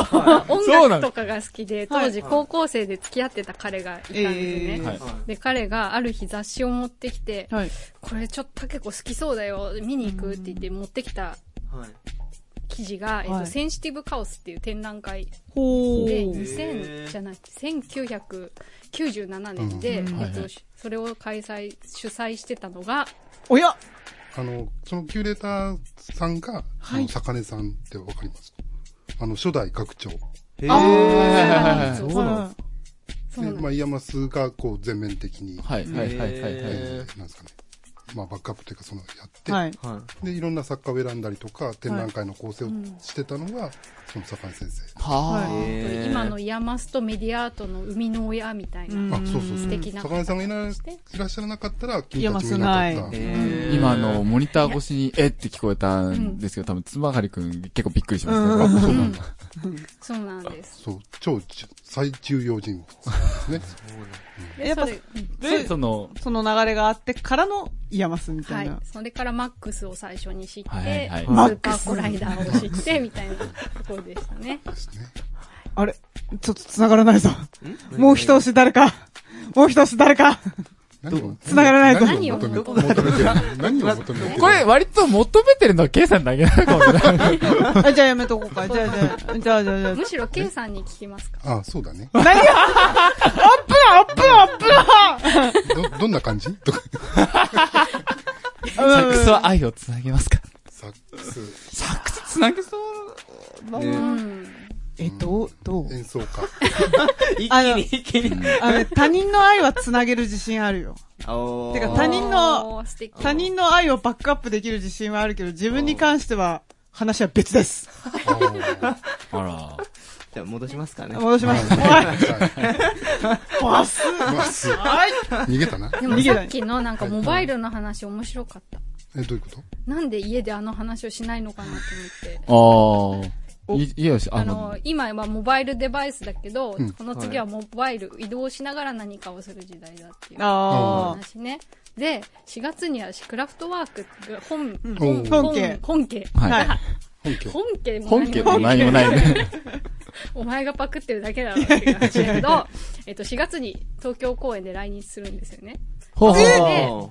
[SPEAKER 6] 音
[SPEAKER 4] そうなの
[SPEAKER 6] 楽とかが好きで
[SPEAKER 2] はい
[SPEAKER 6] 当時高校生で付き合ってた彼がいたんですね、
[SPEAKER 2] えー
[SPEAKER 4] はい。
[SPEAKER 6] で彼がある日雑誌を持ってきて、
[SPEAKER 2] はい。
[SPEAKER 6] これちょっとタケコ好きそうだよ見に行くって言って持ってきた
[SPEAKER 3] はい。
[SPEAKER 6] 記事が、えっ
[SPEAKER 2] は
[SPEAKER 6] と、
[SPEAKER 2] い
[SPEAKER 6] センシティブカオスっていう展覧会
[SPEAKER 2] ほ
[SPEAKER 6] で、
[SPEAKER 2] ー。
[SPEAKER 6] 2000じゃない、1997年で、
[SPEAKER 2] うん
[SPEAKER 6] えっ
[SPEAKER 4] はいは
[SPEAKER 6] と
[SPEAKER 4] い
[SPEAKER 6] それを開催、主催してたのが、
[SPEAKER 2] おや
[SPEAKER 5] あの、そのキュレーターさんが、
[SPEAKER 2] はい
[SPEAKER 5] あの坂根さんってわかりますあの、初代学長。
[SPEAKER 3] へ
[SPEAKER 2] あ
[SPEAKER 3] ー。
[SPEAKER 4] はい
[SPEAKER 6] そううなんそう
[SPEAKER 5] で、
[SPEAKER 6] なん
[SPEAKER 5] まあ、イヤマスがこう全面的に、
[SPEAKER 4] はい、はい、はい、はいはい。
[SPEAKER 5] え
[SPEAKER 3] へ
[SPEAKER 5] ーなんですかね。まあ、バックアップというか、その、やって、
[SPEAKER 2] はい。
[SPEAKER 3] はい。
[SPEAKER 5] で、いろんな作家を選んだりとか、展覧会の構成をしてたのが、その坂根先生。
[SPEAKER 4] は
[SPEAKER 2] はい
[SPEAKER 3] へー
[SPEAKER 6] 今のイヤマスとメディアアートの生みの親みたいな。
[SPEAKER 2] うん
[SPEAKER 5] あ、そうそう
[SPEAKER 6] 素
[SPEAKER 5] そ
[SPEAKER 6] 敵
[SPEAKER 5] う。
[SPEAKER 6] な
[SPEAKER 5] 坂根さんがいない
[SPEAKER 6] して
[SPEAKER 5] いらっしゃらなかったら、君たちもいなか
[SPEAKER 2] いやま
[SPEAKER 5] っ
[SPEAKER 2] あ
[SPEAKER 5] た。
[SPEAKER 3] へー
[SPEAKER 4] い。今あの、、モニター越しに、えって聞こえたんですけど、多分、つばがりくん結構びっくりしましたね。
[SPEAKER 5] あ、そう
[SPEAKER 6] う
[SPEAKER 5] なんんだ。
[SPEAKER 6] そうなんです。
[SPEAKER 5] そう、超重最重要人物ですね。
[SPEAKER 6] で
[SPEAKER 2] やっぱ
[SPEAKER 6] それ
[SPEAKER 4] で、
[SPEAKER 2] で、
[SPEAKER 4] その、
[SPEAKER 2] その流れがあってからのイヤマスみた
[SPEAKER 6] はいい
[SPEAKER 2] な。。
[SPEAKER 6] それからマックスを最初に知って、
[SPEAKER 4] はいはい
[SPEAKER 6] スーパーコライダーを知って、みたいなところでした
[SPEAKER 2] [laughs]
[SPEAKER 6] ね。
[SPEAKER 5] ですね。
[SPEAKER 2] あれちょっと繋がらないぞ。もう一押し誰かもう一押し誰か
[SPEAKER 5] 何を
[SPEAKER 2] 繋がらないぞ
[SPEAKER 5] 何を求め求めてる何を求めてる
[SPEAKER 4] これ、割と求めてるのは K さんだけなのかもしれない。
[SPEAKER 2] [laughs] あ、じゃあやめとこうか。じゃあじゃあ、じゃあじゃあじゃあ。
[SPEAKER 6] むしろ K さんに聞きますか。
[SPEAKER 5] あそうだね。
[SPEAKER 2] 何が [laughs] アップアップアッ
[SPEAKER 5] ど、どんな感じとか。
[SPEAKER 2] プアップ
[SPEAKER 4] そう愛をつなげますか
[SPEAKER 5] サックス、
[SPEAKER 4] つなげそうだな。
[SPEAKER 6] うん。
[SPEAKER 2] え、どう、どう
[SPEAKER 5] 演奏家。
[SPEAKER 3] 一
[SPEAKER 2] あの
[SPEAKER 3] 気に一気に。
[SPEAKER 2] あ [laughs] の、他人の愛は繋げる自信あるよ。
[SPEAKER 3] おー
[SPEAKER 2] てか他人の
[SPEAKER 6] おー素敵。
[SPEAKER 2] 他人の愛をバックアップできる自信はあるけど、自分に関しては話は別です。
[SPEAKER 5] あー
[SPEAKER 4] あら。
[SPEAKER 3] じゃあ戻しますかね。
[SPEAKER 2] 戻します。
[SPEAKER 5] はい
[SPEAKER 2] おい、バス
[SPEAKER 5] まあす
[SPEAKER 2] はい
[SPEAKER 5] 逃げたな。
[SPEAKER 6] でもさっきのなんかモバイルの話面白かった。
[SPEAKER 5] え、どういうこと
[SPEAKER 6] なんで家であの話をしないのかなと思って。
[SPEAKER 4] ああ。い、いやし、
[SPEAKER 6] あ
[SPEAKER 4] あ
[SPEAKER 6] の
[SPEAKER 4] の、、
[SPEAKER 6] 今はモバイルデバイスだけど、
[SPEAKER 5] うん
[SPEAKER 6] この次はモバイル、移動しながら何かをする時代だっていう
[SPEAKER 2] あ
[SPEAKER 6] 話ね。で、4月にはクラフトワークが本、
[SPEAKER 5] ん
[SPEAKER 2] 本家
[SPEAKER 6] 本家。
[SPEAKER 2] あ。
[SPEAKER 4] は。
[SPEAKER 2] はいい。
[SPEAKER 5] 本家。
[SPEAKER 6] 本家も
[SPEAKER 4] 本
[SPEAKER 6] 何
[SPEAKER 4] 家
[SPEAKER 6] も
[SPEAKER 4] も何もないね。
[SPEAKER 6] お前がパクってるだけだろって感じだけど、 [laughs] えっと、4月に東京公演で来日するんですよね。
[SPEAKER 4] ほうほう
[SPEAKER 6] ね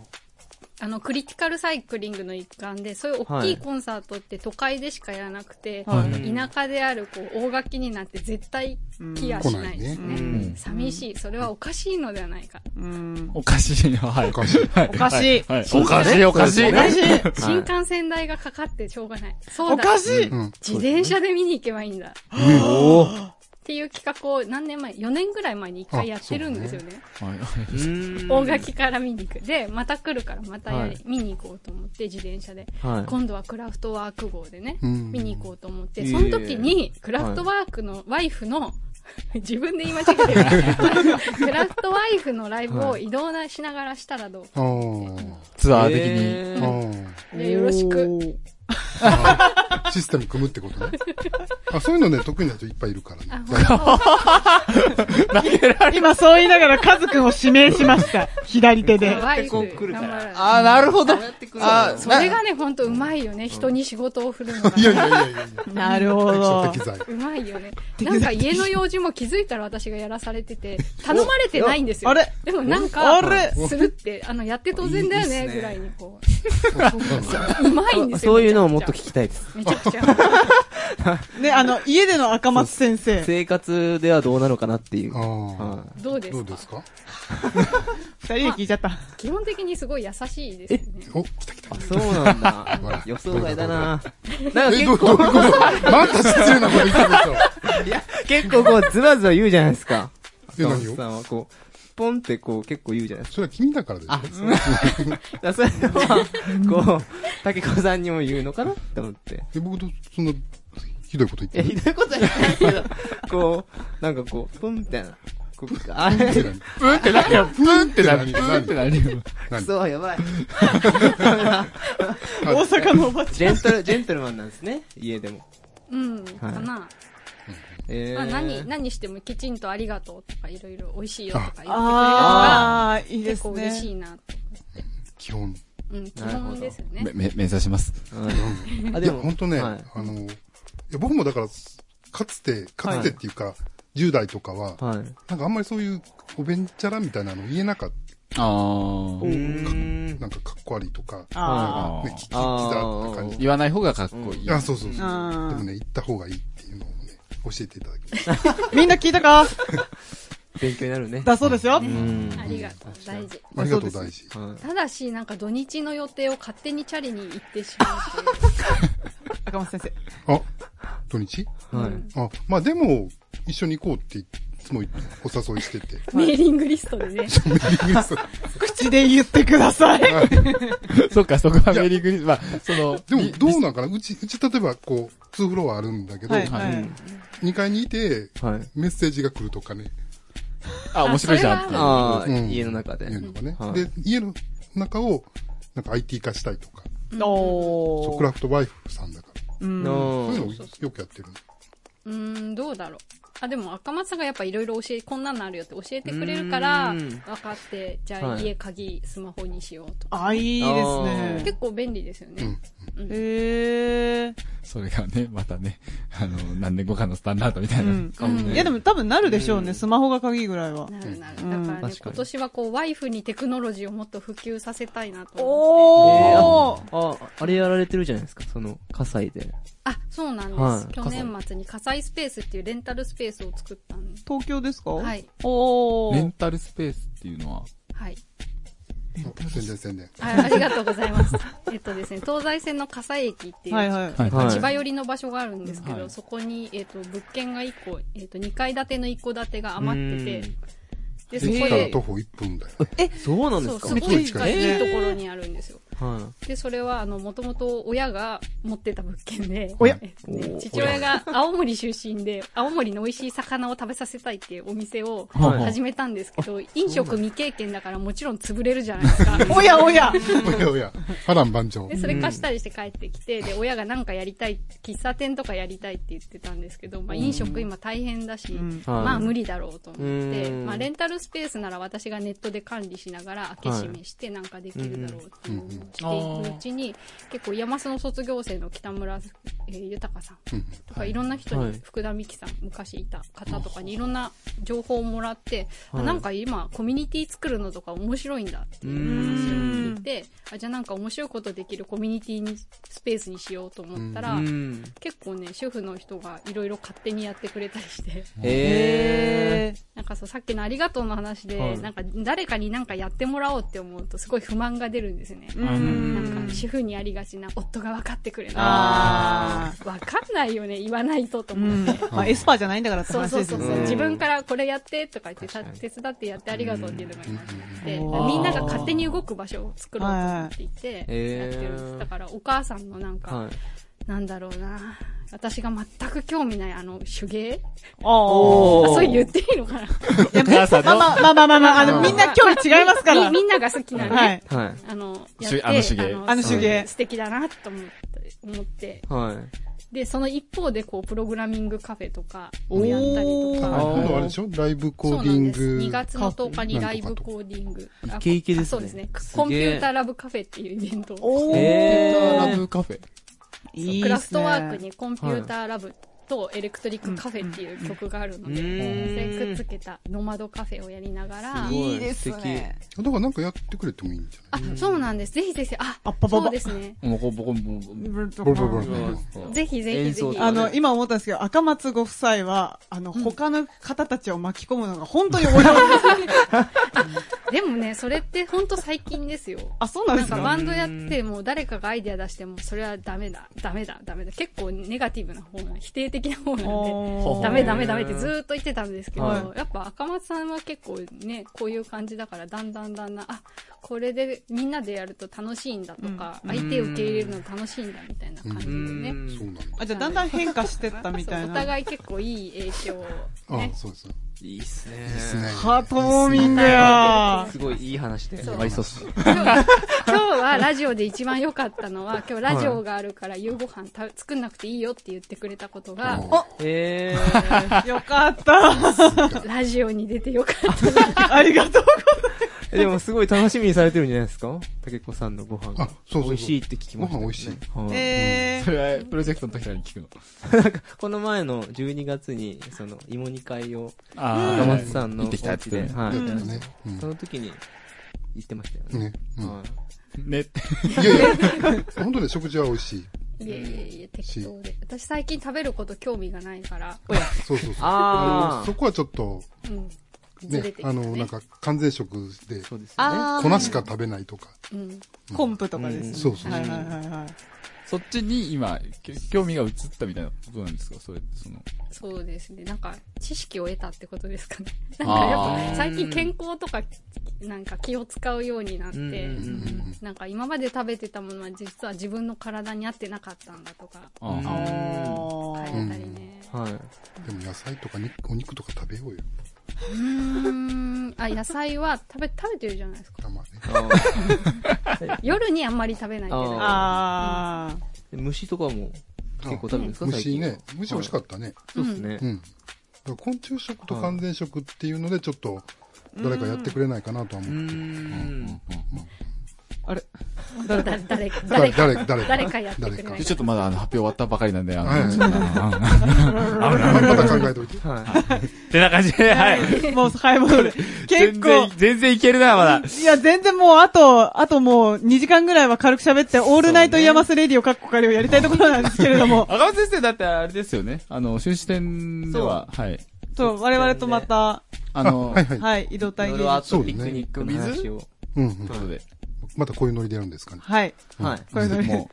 [SPEAKER 6] あの、クリティカルサイクリングの一環で、そういう大きいコンサートって都会でしかやらなくて、
[SPEAKER 2] はい
[SPEAKER 6] 田舎である、こう、大垣になって絶対来やしないですね。
[SPEAKER 2] う
[SPEAKER 3] うん
[SPEAKER 6] 寂しい。それはおかしいのではないか。
[SPEAKER 2] うん。
[SPEAKER 4] おかしいな、はい。
[SPEAKER 5] おかしい。
[SPEAKER 4] はい。
[SPEAKER 2] おかしい
[SPEAKER 4] ははおかしい、おかしい。
[SPEAKER 2] おかしい。
[SPEAKER 6] 新幹線代がかかってしょうがない。そ
[SPEAKER 2] お
[SPEAKER 6] うだ
[SPEAKER 2] か。しい。
[SPEAKER 5] うん。
[SPEAKER 6] 自転車で見に行けばいいんだ。っ
[SPEAKER 3] おー
[SPEAKER 6] ていう企画を何年前 ?4 年ぐらい前に一回やってるんですよね。
[SPEAKER 4] はい
[SPEAKER 6] 大。垣から見に行く。で、また来るからまたや
[SPEAKER 3] は
[SPEAKER 6] り
[SPEAKER 3] い
[SPEAKER 6] 見に行こうと思って、自転車で。
[SPEAKER 3] はい。
[SPEAKER 6] 今度はクラフトワーク号でね、
[SPEAKER 5] うん
[SPEAKER 6] 見に行こうと思って、
[SPEAKER 3] ええ
[SPEAKER 6] その時に、クラフトワークのワイフの、自分で言い間違えて
[SPEAKER 3] [laughs]
[SPEAKER 6] る。クラフトワイフのライブを移動なしながらしたらどうか。
[SPEAKER 5] あー
[SPEAKER 4] ツアー的に。
[SPEAKER 5] あー。
[SPEAKER 6] でよろしく。
[SPEAKER 5] あシステム組むってことね。あ、そういうのね、得意な人いっぱいいるからね。
[SPEAKER 2] 今そう言いながらカズくんを指名しました。左手で。
[SPEAKER 6] 怖いです。
[SPEAKER 3] こう来るから
[SPEAKER 6] 頑張
[SPEAKER 7] あー、なるほど。
[SPEAKER 3] やってくる
[SPEAKER 7] あー、
[SPEAKER 6] それがね、ほんとうまいよね。人に仕事を振るのが
[SPEAKER 5] い。やいやいやいやい
[SPEAKER 2] なるほ
[SPEAKER 5] や。
[SPEAKER 2] ど
[SPEAKER 5] 適。材。
[SPEAKER 6] うまいよね。なんか家の用事も気づいたら私がやらされてて、頼まれてないんですよ。
[SPEAKER 2] あれ
[SPEAKER 6] でもなんか
[SPEAKER 2] あれ、
[SPEAKER 6] するって、あの、やって当然だよ
[SPEAKER 7] いい
[SPEAKER 6] ね、
[SPEAKER 7] です
[SPEAKER 6] ぐ
[SPEAKER 7] ね
[SPEAKER 6] らいにこう。うまいんですよ。
[SPEAKER 3] そういうのをもっと聞きたいです。
[SPEAKER 6] めちゃくちゃ。
[SPEAKER 2] ね、あの、家での赤松先生。
[SPEAKER 3] 生活ではどうなのかなっていう。
[SPEAKER 5] あ
[SPEAKER 3] は
[SPEAKER 6] どうで
[SPEAKER 5] あ。ど
[SPEAKER 6] す
[SPEAKER 5] う
[SPEAKER 6] か
[SPEAKER 5] ですか
[SPEAKER 2] 二人で聞いちゃった。
[SPEAKER 6] 基本的にすごい優しいですよね。
[SPEAKER 5] お、来た来た。
[SPEAKER 3] いそうなん
[SPEAKER 5] ほ
[SPEAKER 3] だ [laughs]
[SPEAKER 5] ら。
[SPEAKER 3] 予想外だな。なんか
[SPEAKER 5] え、どう、どう
[SPEAKER 3] 結
[SPEAKER 5] いう
[SPEAKER 3] 構、
[SPEAKER 5] ことまた失礼なこと言ってるでしょ。
[SPEAKER 3] 結構こう、ズバズバ言うじゃないですか。
[SPEAKER 5] え何を
[SPEAKER 3] さんはこう、ポンってこう、結構言うじゃないですか。
[SPEAKER 5] それは君だからでしょ。
[SPEAKER 3] だからそれは、こう、竹子さんにも言うのかなって思って。
[SPEAKER 5] [laughs] え、僕とそんな、ひどいこと言っ
[SPEAKER 3] いや、
[SPEAKER 5] て
[SPEAKER 3] ひ
[SPEAKER 5] る
[SPEAKER 3] どいことは言ってないけど、こう、なんかこう、プンみたいな。こうあれ、
[SPEAKER 5] って何
[SPEAKER 3] ク
[SPEAKER 4] プンって何よ、プンって何
[SPEAKER 5] 何
[SPEAKER 4] プンって何よ。
[SPEAKER 3] ソ、やばい。
[SPEAKER 2] 大阪のおばち
[SPEAKER 3] ジェントル、ジェントルマンなんですね、家でも。
[SPEAKER 6] うん、かな。
[SPEAKER 3] え
[SPEAKER 6] まあ、何、何してもきちんとありがとうとか、いろいろ美味しいよとか言ってくれるの
[SPEAKER 2] ゃん。
[SPEAKER 6] が、
[SPEAKER 2] あー、いいで
[SPEAKER 6] 結
[SPEAKER 2] す
[SPEAKER 6] 構嬉し
[SPEAKER 2] ね。
[SPEAKER 6] いなと。
[SPEAKER 5] 基本。
[SPEAKER 6] うん、基本ですよね
[SPEAKER 4] め、。め、目指します。
[SPEAKER 3] あ、
[SPEAKER 5] いや、ほんとね、
[SPEAKER 3] はい
[SPEAKER 5] あの、いや、僕もだから、かつて、かつてっていうか、10代とかは、
[SPEAKER 3] はい。
[SPEAKER 5] なんかあんまりそういうおべんちゃらみたいなの言えなかった。
[SPEAKER 4] あー。
[SPEAKER 3] ん
[SPEAKER 5] なんかかっこ悪いとか、
[SPEAKER 2] あ
[SPEAKER 4] あ
[SPEAKER 5] ね、
[SPEAKER 4] ー
[SPEAKER 5] 聞きだって感じで。
[SPEAKER 4] 言わない方がかっこいい。
[SPEAKER 5] あ、そうそうそう。で
[SPEAKER 2] ん
[SPEAKER 5] もね、行った方がいいっていうのをね、教えていただきまし
[SPEAKER 2] ー。みんな聞いたか
[SPEAKER 3] 勉強になるね。
[SPEAKER 2] だそうですよ。
[SPEAKER 3] うん。
[SPEAKER 6] ありがとう、大事。
[SPEAKER 5] た。ありがとう、大事。
[SPEAKER 6] ただし、なんか土日の予定を勝手にチャリに行ってしまうという。
[SPEAKER 2] 赤松先
[SPEAKER 5] あ、土日
[SPEAKER 3] はい。
[SPEAKER 5] あ、まあでも、一緒に行こうっていつもお誘いしてて。
[SPEAKER 6] メーリングリストでね。
[SPEAKER 2] 生。口で言ってください。
[SPEAKER 4] [laughs] そっか、そこはメリークリスマス。まあ、その、
[SPEAKER 5] でも、どうなんかなうち、うち、例えば、こう、2フロアあるんだけど、
[SPEAKER 2] はい、
[SPEAKER 5] 2
[SPEAKER 2] はい。
[SPEAKER 5] 階にいて、
[SPEAKER 3] はい。
[SPEAKER 5] メッセージが来るとかね、
[SPEAKER 4] あ、面白いじゃんっていう。
[SPEAKER 3] ああ、
[SPEAKER 5] うん
[SPEAKER 3] 家の中で。
[SPEAKER 5] いうのがね
[SPEAKER 3] はい。
[SPEAKER 5] で、家の中を、なんか IT 化したいとか、
[SPEAKER 2] お
[SPEAKER 5] そう
[SPEAKER 2] ー。
[SPEAKER 5] クラフトワイフさんだから、
[SPEAKER 2] うん
[SPEAKER 5] そういうの
[SPEAKER 3] の
[SPEAKER 5] をよくやってる。
[SPEAKER 6] [laughs] うーん、どうだろう。あ、でも赤松さんがやっぱいろいろ教え、こんなのあるよって教えてくれるから、
[SPEAKER 3] う
[SPEAKER 6] 分
[SPEAKER 3] ん
[SPEAKER 6] かって、じゃあ
[SPEAKER 3] はい
[SPEAKER 6] 家鍵スマホにしようとか。
[SPEAKER 2] あ、いいですね。
[SPEAKER 6] 結構便利ですよね。
[SPEAKER 2] へえ。
[SPEAKER 4] それがね、またね、あの、何年後かのスタンダードみたいうな。
[SPEAKER 2] ん。
[SPEAKER 3] かもね
[SPEAKER 2] いやでも多分なるでしょうね。スマホが鍵ぐらいは。
[SPEAKER 6] なるなる。だ
[SPEAKER 2] うん
[SPEAKER 6] から
[SPEAKER 3] 確、
[SPEAKER 6] ね
[SPEAKER 3] か
[SPEAKER 6] 今
[SPEAKER 3] に
[SPEAKER 6] 年はこう、ワイフにテクノロジーをもっと普及させたいなと思って。
[SPEAKER 2] おー。
[SPEAKER 3] あ、あれやられてるじゃないですか、その、火災で。
[SPEAKER 6] あ、そうなん
[SPEAKER 3] は
[SPEAKER 6] です。
[SPEAKER 3] い
[SPEAKER 6] 去年末に火災スペースっていうレンタルスペースを作ったんで。
[SPEAKER 2] 東京ですか
[SPEAKER 6] はい。
[SPEAKER 2] お
[SPEAKER 4] レン
[SPEAKER 2] ー。
[SPEAKER 4] タルスペースっていうのは、
[SPEAKER 6] はい。
[SPEAKER 5] 宣伝宣伝。
[SPEAKER 6] あありがとうございます。えっとですね、東西線の笠井駅っていう、
[SPEAKER 2] はいはい。
[SPEAKER 4] はい
[SPEAKER 3] はい
[SPEAKER 6] 千葉寄りの場所があるんですけど、
[SPEAKER 4] はい
[SPEAKER 6] そこに、えっと物件が1個、えっと2階建ての1戸建てが余ってて、でそこ
[SPEAKER 5] 駅から
[SPEAKER 6] で
[SPEAKER 5] 徒歩1分だよ。
[SPEAKER 3] そうなんです
[SPEAKER 6] そう
[SPEAKER 3] か
[SPEAKER 6] す
[SPEAKER 5] めっ
[SPEAKER 6] ご
[SPEAKER 5] ちゃ
[SPEAKER 6] い
[SPEAKER 5] 近
[SPEAKER 2] い
[SPEAKER 6] いいところにあるんですよ。
[SPEAKER 3] は
[SPEAKER 6] で、それは、あの、もともと親が持ってた物件で、
[SPEAKER 2] おや
[SPEAKER 6] えっとね父親が青森出身で、青森の美味しい魚を食べさせたいっていうお店を
[SPEAKER 4] はい
[SPEAKER 6] 始めたんですけど、飲食未経験だからもちろん潰れるじゃないですか。
[SPEAKER 2] おやおや。
[SPEAKER 5] おやおや、波乱万丈
[SPEAKER 6] で、。それ貸したりして帰ってきて、で、親がなんかやりたい、喫茶店とかやりたいって言ってたんですけど、まあ飲食今大変だし、まあ無理だろうと思って、
[SPEAKER 3] うん
[SPEAKER 6] まあレンタルスペースなら私がネットで管理しながら開け閉めしてなんかできるだろうっていうのをしていくうちに、結構山洲の卒業生の北村、えー豊さんとかいろんな人
[SPEAKER 3] は
[SPEAKER 6] に
[SPEAKER 3] い、
[SPEAKER 6] 福田美希さん、昔いた方とかにいろんな情報をもらって、あなんか今コミュニティ作るのとか面白いんだっていう話を聞いて、あじゃあなんか面白いことできるコミュニティに、スペースにしようと思ったら、
[SPEAKER 3] い。うん。
[SPEAKER 6] 結構ね、主婦の人がいろいろ勝手にやってくれた
[SPEAKER 2] [laughs]
[SPEAKER 6] りして、
[SPEAKER 3] え
[SPEAKER 2] へ
[SPEAKER 6] なんかそう、さっきのありがとうの話で、
[SPEAKER 3] はい
[SPEAKER 6] なんか誰かになんかやってもらおうって思うとすごい不満が出るんですよね。
[SPEAKER 2] ー。うん
[SPEAKER 6] なんか主婦にありがちな夫が分かってくれな
[SPEAKER 2] あ
[SPEAKER 6] い。分かんないよね、言わないとと
[SPEAKER 2] う
[SPEAKER 6] 思
[SPEAKER 2] ん
[SPEAKER 6] って。。
[SPEAKER 2] まあエスパーじゃないんだからって
[SPEAKER 6] そう
[SPEAKER 2] 話
[SPEAKER 6] そう
[SPEAKER 2] です
[SPEAKER 6] そ
[SPEAKER 2] よ
[SPEAKER 6] う
[SPEAKER 2] ね
[SPEAKER 6] そう。
[SPEAKER 3] ん
[SPEAKER 6] 自分からこれやってとか言ってた、手伝ってやってありがとうっていうのが今で、みんなが勝手に動く場所を作ろうと思っていて、やって
[SPEAKER 3] はい
[SPEAKER 6] るんです。だからお母さんのなん
[SPEAKER 3] ー。
[SPEAKER 6] か、
[SPEAKER 3] はい。
[SPEAKER 6] なんだろうな。私が全く興味ないあの手芸あ、
[SPEAKER 2] おー。
[SPEAKER 6] そう言っていいのかな
[SPEAKER 2] やまあまあまあまあまあまあ、あの、みんな興味違いますから
[SPEAKER 6] み。みんなが好きなね、
[SPEAKER 2] はい。
[SPEAKER 3] はい。
[SPEAKER 6] あの、や
[SPEAKER 4] し
[SPEAKER 6] って、
[SPEAKER 4] あの手芸
[SPEAKER 2] あの手芸
[SPEAKER 6] 素敵だなと思って、思って
[SPEAKER 3] はい。
[SPEAKER 6] で、その一方で、こう、プログラミングカフェとかをやったりと
[SPEAKER 5] あ
[SPEAKER 6] か。
[SPEAKER 5] 今度あれでしょライブコ
[SPEAKER 6] そ
[SPEAKER 5] ー
[SPEAKER 6] う
[SPEAKER 5] デ
[SPEAKER 6] な
[SPEAKER 5] ィ
[SPEAKER 6] ん
[SPEAKER 5] ン
[SPEAKER 6] です。2
[SPEAKER 5] グ。
[SPEAKER 6] 月の10日にライブコーディング。
[SPEAKER 3] イケイケですね
[SPEAKER 6] あそうですね。
[SPEAKER 3] すげえ
[SPEAKER 6] コンピューターラブカフェっていうイベントを。
[SPEAKER 2] おー
[SPEAKER 3] え
[SPEAKER 4] ラ
[SPEAKER 3] ー
[SPEAKER 4] ブカフェ。
[SPEAKER 2] いいっすね
[SPEAKER 6] クラフトワークにコンピューターラブとエレクトリックカフェっていう曲があるので、
[SPEAKER 3] う
[SPEAKER 6] そ
[SPEAKER 3] ん
[SPEAKER 6] れくっつけたノマドカフェをやりながら、
[SPEAKER 3] ごい
[SPEAKER 2] いいですね。
[SPEAKER 5] だからなんかやってくれてもいいんじゃない
[SPEAKER 6] あ、そうなんです。ぜひぜひ、あ
[SPEAKER 2] あパパ、パ
[SPEAKER 6] そうですね。
[SPEAKER 4] もうこうボコボコ
[SPEAKER 5] ボロボロボロボロ
[SPEAKER 6] ぜひぜひぜ
[SPEAKER 3] 演奏
[SPEAKER 6] ひ。
[SPEAKER 3] と
[SPEAKER 2] あの、今思ったんですけど、赤松ご夫妻は、あの、他の方たちを巻き込むのが本当にお上手。
[SPEAKER 6] でもね、それってほんと最近ですよ。
[SPEAKER 2] あ、そうなんで
[SPEAKER 6] なん
[SPEAKER 2] す
[SPEAKER 6] か
[SPEAKER 2] か
[SPEAKER 6] バンドやっても誰かがアイデア出してもそれはダメだ、ダメだ、ダメだ。結構ネガティブな方な、否定的な方なんで。
[SPEAKER 2] おー
[SPEAKER 6] ダメダメダメってずーっと言ってたんですけど、
[SPEAKER 3] は
[SPEAKER 6] やっぱ赤松さんは結構ね、こういう感じだから、だんだんだんだん、あ、これでみんなでやると楽しいんだとか、相手受け入れるの楽しいんだみたいな感じでね。
[SPEAKER 5] そうなんだ。
[SPEAKER 2] あ、じゃあだんだん変化してったみたい
[SPEAKER 6] そうお
[SPEAKER 2] な。
[SPEAKER 6] 互い結構いい影響を
[SPEAKER 5] あ
[SPEAKER 6] ね
[SPEAKER 5] あ、。そうです。い
[SPEAKER 3] いいっすね。
[SPEAKER 5] いですね。
[SPEAKER 2] ハートウォーミングや
[SPEAKER 3] すごいいい話で。
[SPEAKER 6] そう
[SPEAKER 3] ありそうっす。
[SPEAKER 6] 今日今日はラジオで一番良かったのは、今日ラジオがあるから夕ご飯た作んなくていいよって言ってくれたことが、
[SPEAKER 3] え
[SPEAKER 2] ー。よかった。
[SPEAKER 6] ラジオに出て良かった。
[SPEAKER 5] [laughs]
[SPEAKER 2] ありがとう
[SPEAKER 3] ー。でもすごい楽しみにされてるんじゃないですか竹子さんのご飯が
[SPEAKER 5] あ。そうそうそう
[SPEAKER 3] 美味しいって聞き
[SPEAKER 5] ご
[SPEAKER 3] ま
[SPEAKER 5] 飯
[SPEAKER 3] したけ
[SPEAKER 5] 美
[SPEAKER 3] どね。
[SPEAKER 5] 味しい。
[SPEAKER 3] はい
[SPEAKER 2] え
[SPEAKER 4] それはプロジェクトの時に聞くの。
[SPEAKER 3] この前の12月に、その、芋煮会を、
[SPEAKER 4] あ
[SPEAKER 3] 赤松さんの
[SPEAKER 4] 行ってきたやつ
[SPEAKER 3] で、
[SPEAKER 4] で。
[SPEAKER 3] はい。
[SPEAKER 5] やってたね。うん
[SPEAKER 3] その時に、行ってましたよね。
[SPEAKER 5] ね。うん
[SPEAKER 3] はい
[SPEAKER 4] ね。
[SPEAKER 5] いやいや、本当ね、食事は美味しい。
[SPEAKER 6] いやいやいや、適当で。私最近食べること興味がないから、
[SPEAKER 5] そうそうそう。
[SPEAKER 3] あー
[SPEAKER 5] そこはちょっと、
[SPEAKER 6] うん。ずれ
[SPEAKER 5] ね
[SPEAKER 6] てき、た
[SPEAKER 5] あ
[SPEAKER 6] ね。
[SPEAKER 5] の、なんか完全食で、
[SPEAKER 3] そうですよね。
[SPEAKER 2] ー。
[SPEAKER 5] 粉しか食べないとか。
[SPEAKER 6] うん。
[SPEAKER 2] うんコンプとかですね。
[SPEAKER 5] そうそうそう
[SPEAKER 2] はいはいはいはい。
[SPEAKER 4] そっちに今、き興味が移ったみたいなことなんですかそれ、その。
[SPEAKER 6] そうですね。なんか、知識を得たってことです [laughs] かね。なんかやっぱ、最近健康とか、なんか気を使うようになって、
[SPEAKER 3] うんうんうん
[SPEAKER 5] うん
[SPEAKER 6] なんか今まで食べてたものは実は自分の体に合ってなかったんだとか、
[SPEAKER 4] あ
[SPEAKER 3] うん
[SPEAKER 4] ー
[SPEAKER 6] 変
[SPEAKER 2] あ
[SPEAKER 6] えたりね。
[SPEAKER 3] はい。
[SPEAKER 5] でも野菜とか肉お肉とか食べようよ。
[SPEAKER 6] うーん。あ、野菜は食べ、食べてるじゃないですか。
[SPEAKER 5] たまね。
[SPEAKER 3] あー
[SPEAKER 6] 夜にあんまり食べないけど。
[SPEAKER 2] あ
[SPEAKER 3] で虫とかも、結構食べるんですか最
[SPEAKER 5] 虫
[SPEAKER 3] 近は
[SPEAKER 5] ね。虫美味しかったね。
[SPEAKER 3] そうですね
[SPEAKER 5] う。ん。だから昆虫食と完全食っていうので、ちょっと、誰かやってくれないかなとは
[SPEAKER 3] うー
[SPEAKER 5] 思う。
[SPEAKER 3] ん。あれ
[SPEAKER 6] 誰か、誰か、
[SPEAKER 5] 誰
[SPEAKER 6] 誰か、
[SPEAKER 5] 誰か、誰か。
[SPEAKER 6] 誰かやってくれない
[SPEAKER 4] でちょっとまだあの発表終わったばかりなんで、あ
[SPEAKER 5] はい
[SPEAKER 4] の、ちょっとあの
[SPEAKER 5] 誰かまた考えといて。
[SPEAKER 3] は
[SPEAKER 4] [laughs]
[SPEAKER 3] い。
[SPEAKER 4] ってな感じで、はい。
[SPEAKER 2] あ。もう、はい、もう、結
[SPEAKER 4] 全
[SPEAKER 2] 構
[SPEAKER 4] 然、。全然いけるな、まだ。
[SPEAKER 2] いや、全然もう、あと、あともう、2時間ぐらいは軽く喋って、オールナイトイヤマスレディオカッコ仮をやりたいところなんですけれ
[SPEAKER 4] [laughs]
[SPEAKER 2] ども、
[SPEAKER 4] 赤松先生だってあれですよね。あの、終始点では、はい。
[SPEAKER 2] そう、我々とまた、
[SPEAKER 4] あ
[SPEAKER 5] あ
[SPEAKER 4] の
[SPEAKER 5] は、いはい。
[SPEAKER 2] はい、移動
[SPEAKER 3] い
[SPEAKER 2] 体
[SPEAKER 3] ろい
[SPEAKER 2] 験。
[SPEAKER 3] ろあ
[SPEAKER 2] は
[SPEAKER 3] と
[SPEAKER 5] そう
[SPEAKER 3] ピ
[SPEAKER 5] ですね
[SPEAKER 3] クニックの話を。
[SPEAKER 5] うんうん
[SPEAKER 4] ということで、
[SPEAKER 5] またこういうノリでやるんですかね。
[SPEAKER 2] い。
[SPEAKER 3] はい。
[SPEAKER 2] これで
[SPEAKER 4] も